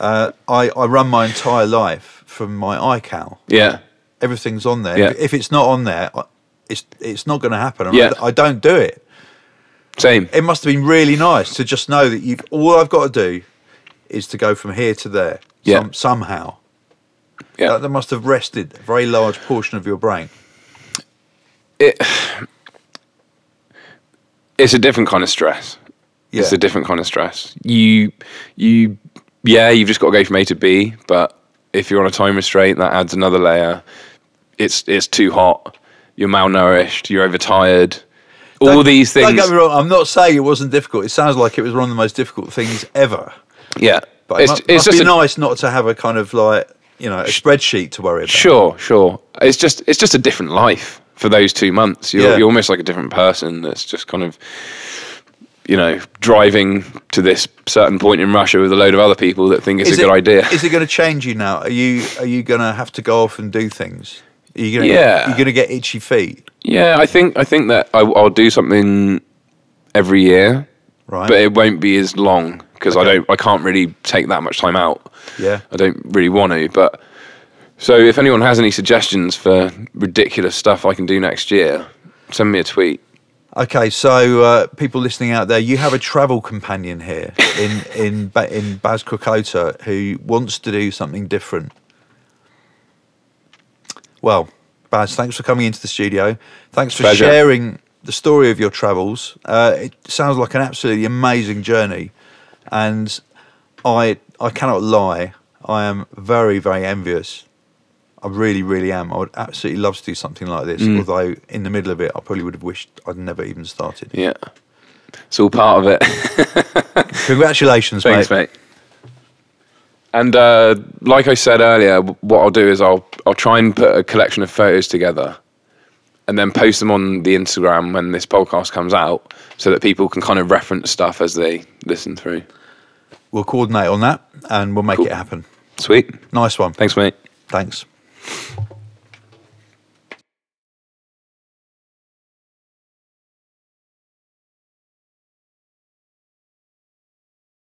Speaker 1: uh, I, I run my entire life from my iCal.
Speaker 2: yeah
Speaker 1: Everything's on there.
Speaker 2: Yeah.
Speaker 1: If it's not on there, I- it's it's not going to happen. And I
Speaker 2: Yeah.
Speaker 1: d- I don't do it.
Speaker 2: same.
Speaker 1: It must have been really nice to just know that you. All I've got to do is to go from here to there.
Speaker 2: Yeah.
Speaker 1: Some, somehow. That,
Speaker 2: Yeah,
Speaker 1: that must have rested a very large portion of your brain.
Speaker 2: it, it's a different kind of stress.
Speaker 1: Yeah.
Speaker 2: It's a different kind of stress. You you yeah, you've just got to go from A to B, but if you're on a time restraint, that adds another layer. It's it's too hot. You're malnourished. You're overtired. All
Speaker 1: Don't-
Speaker 2: these
Speaker 1: Don't
Speaker 2: things.
Speaker 1: get me wrong. I'm not saying it wasn't difficult. It sounds like it was one of the most difficult things ever.
Speaker 2: Yeah,
Speaker 1: But
Speaker 2: it's
Speaker 1: it must,
Speaker 2: it's
Speaker 1: must
Speaker 2: just
Speaker 1: be
Speaker 2: a,
Speaker 1: nice not to have a kind of like you know a spreadsheet to worry about.
Speaker 2: Sure, sure. It's just it's just a different life for those two months. You're
Speaker 1: Yeah.
Speaker 2: you're almost like a different person. That's just kind of you know driving to this certain point in Russia with a load of other people that think it's
Speaker 1: Is
Speaker 2: a
Speaker 1: it-
Speaker 2: good idea.
Speaker 1: Is it going to change you now? Are you are you going to have to go off and do things? Are you going to
Speaker 2: Yeah.
Speaker 1: you're going to get itchy feet,
Speaker 2: yeah, I think I think that I, I'll do something every year,
Speaker 1: right?
Speaker 2: but it won't be as long because I don't I can't really take that much time out.
Speaker 1: yeah.
Speaker 2: I don't really want to, but so if anyone has any suggestions for ridiculous stuff I can do next year, send me a tweet.
Speaker 1: Okay, so uh, people listening out there, you have a travel companion here in in Ba- in Baz Krakota who wants to do something different. Well, Baz, thanks for coming into the studio. Thanks for
Speaker 2: Pleasure.
Speaker 1: sharing the story of your travels. Uh, it sounds like an absolutely amazing journey, and I I cannot lie. I am very very envious. I really really am. I would absolutely love to do something like this.
Speaker 2: Mm.
Speaker 1: Although in the middle of it, I probably would have wished I'd never even started.
Speaker 2: Yeah. It's all part of it.
Speaker 1: Congratulations,
Speaker 2: Thanks,
Speaker 1: mate.
Speaker 2: mate. And uh, like I said earlier, w- what I'll do is I'll I'll try and put a collection of photos together, and then post them on the Instagram when this podcast comes out, so that people can kind of reference stuff as they listen through.
Speaker 1: We'll coordinate on that and we'll make
Speaker 2: Cool.
Speaker 1: it happen.
Speaker 2: Sweet.
Speaker 1: Nice one.
Speaker 2: Thanks, mate.
Speaker 1: Thanks.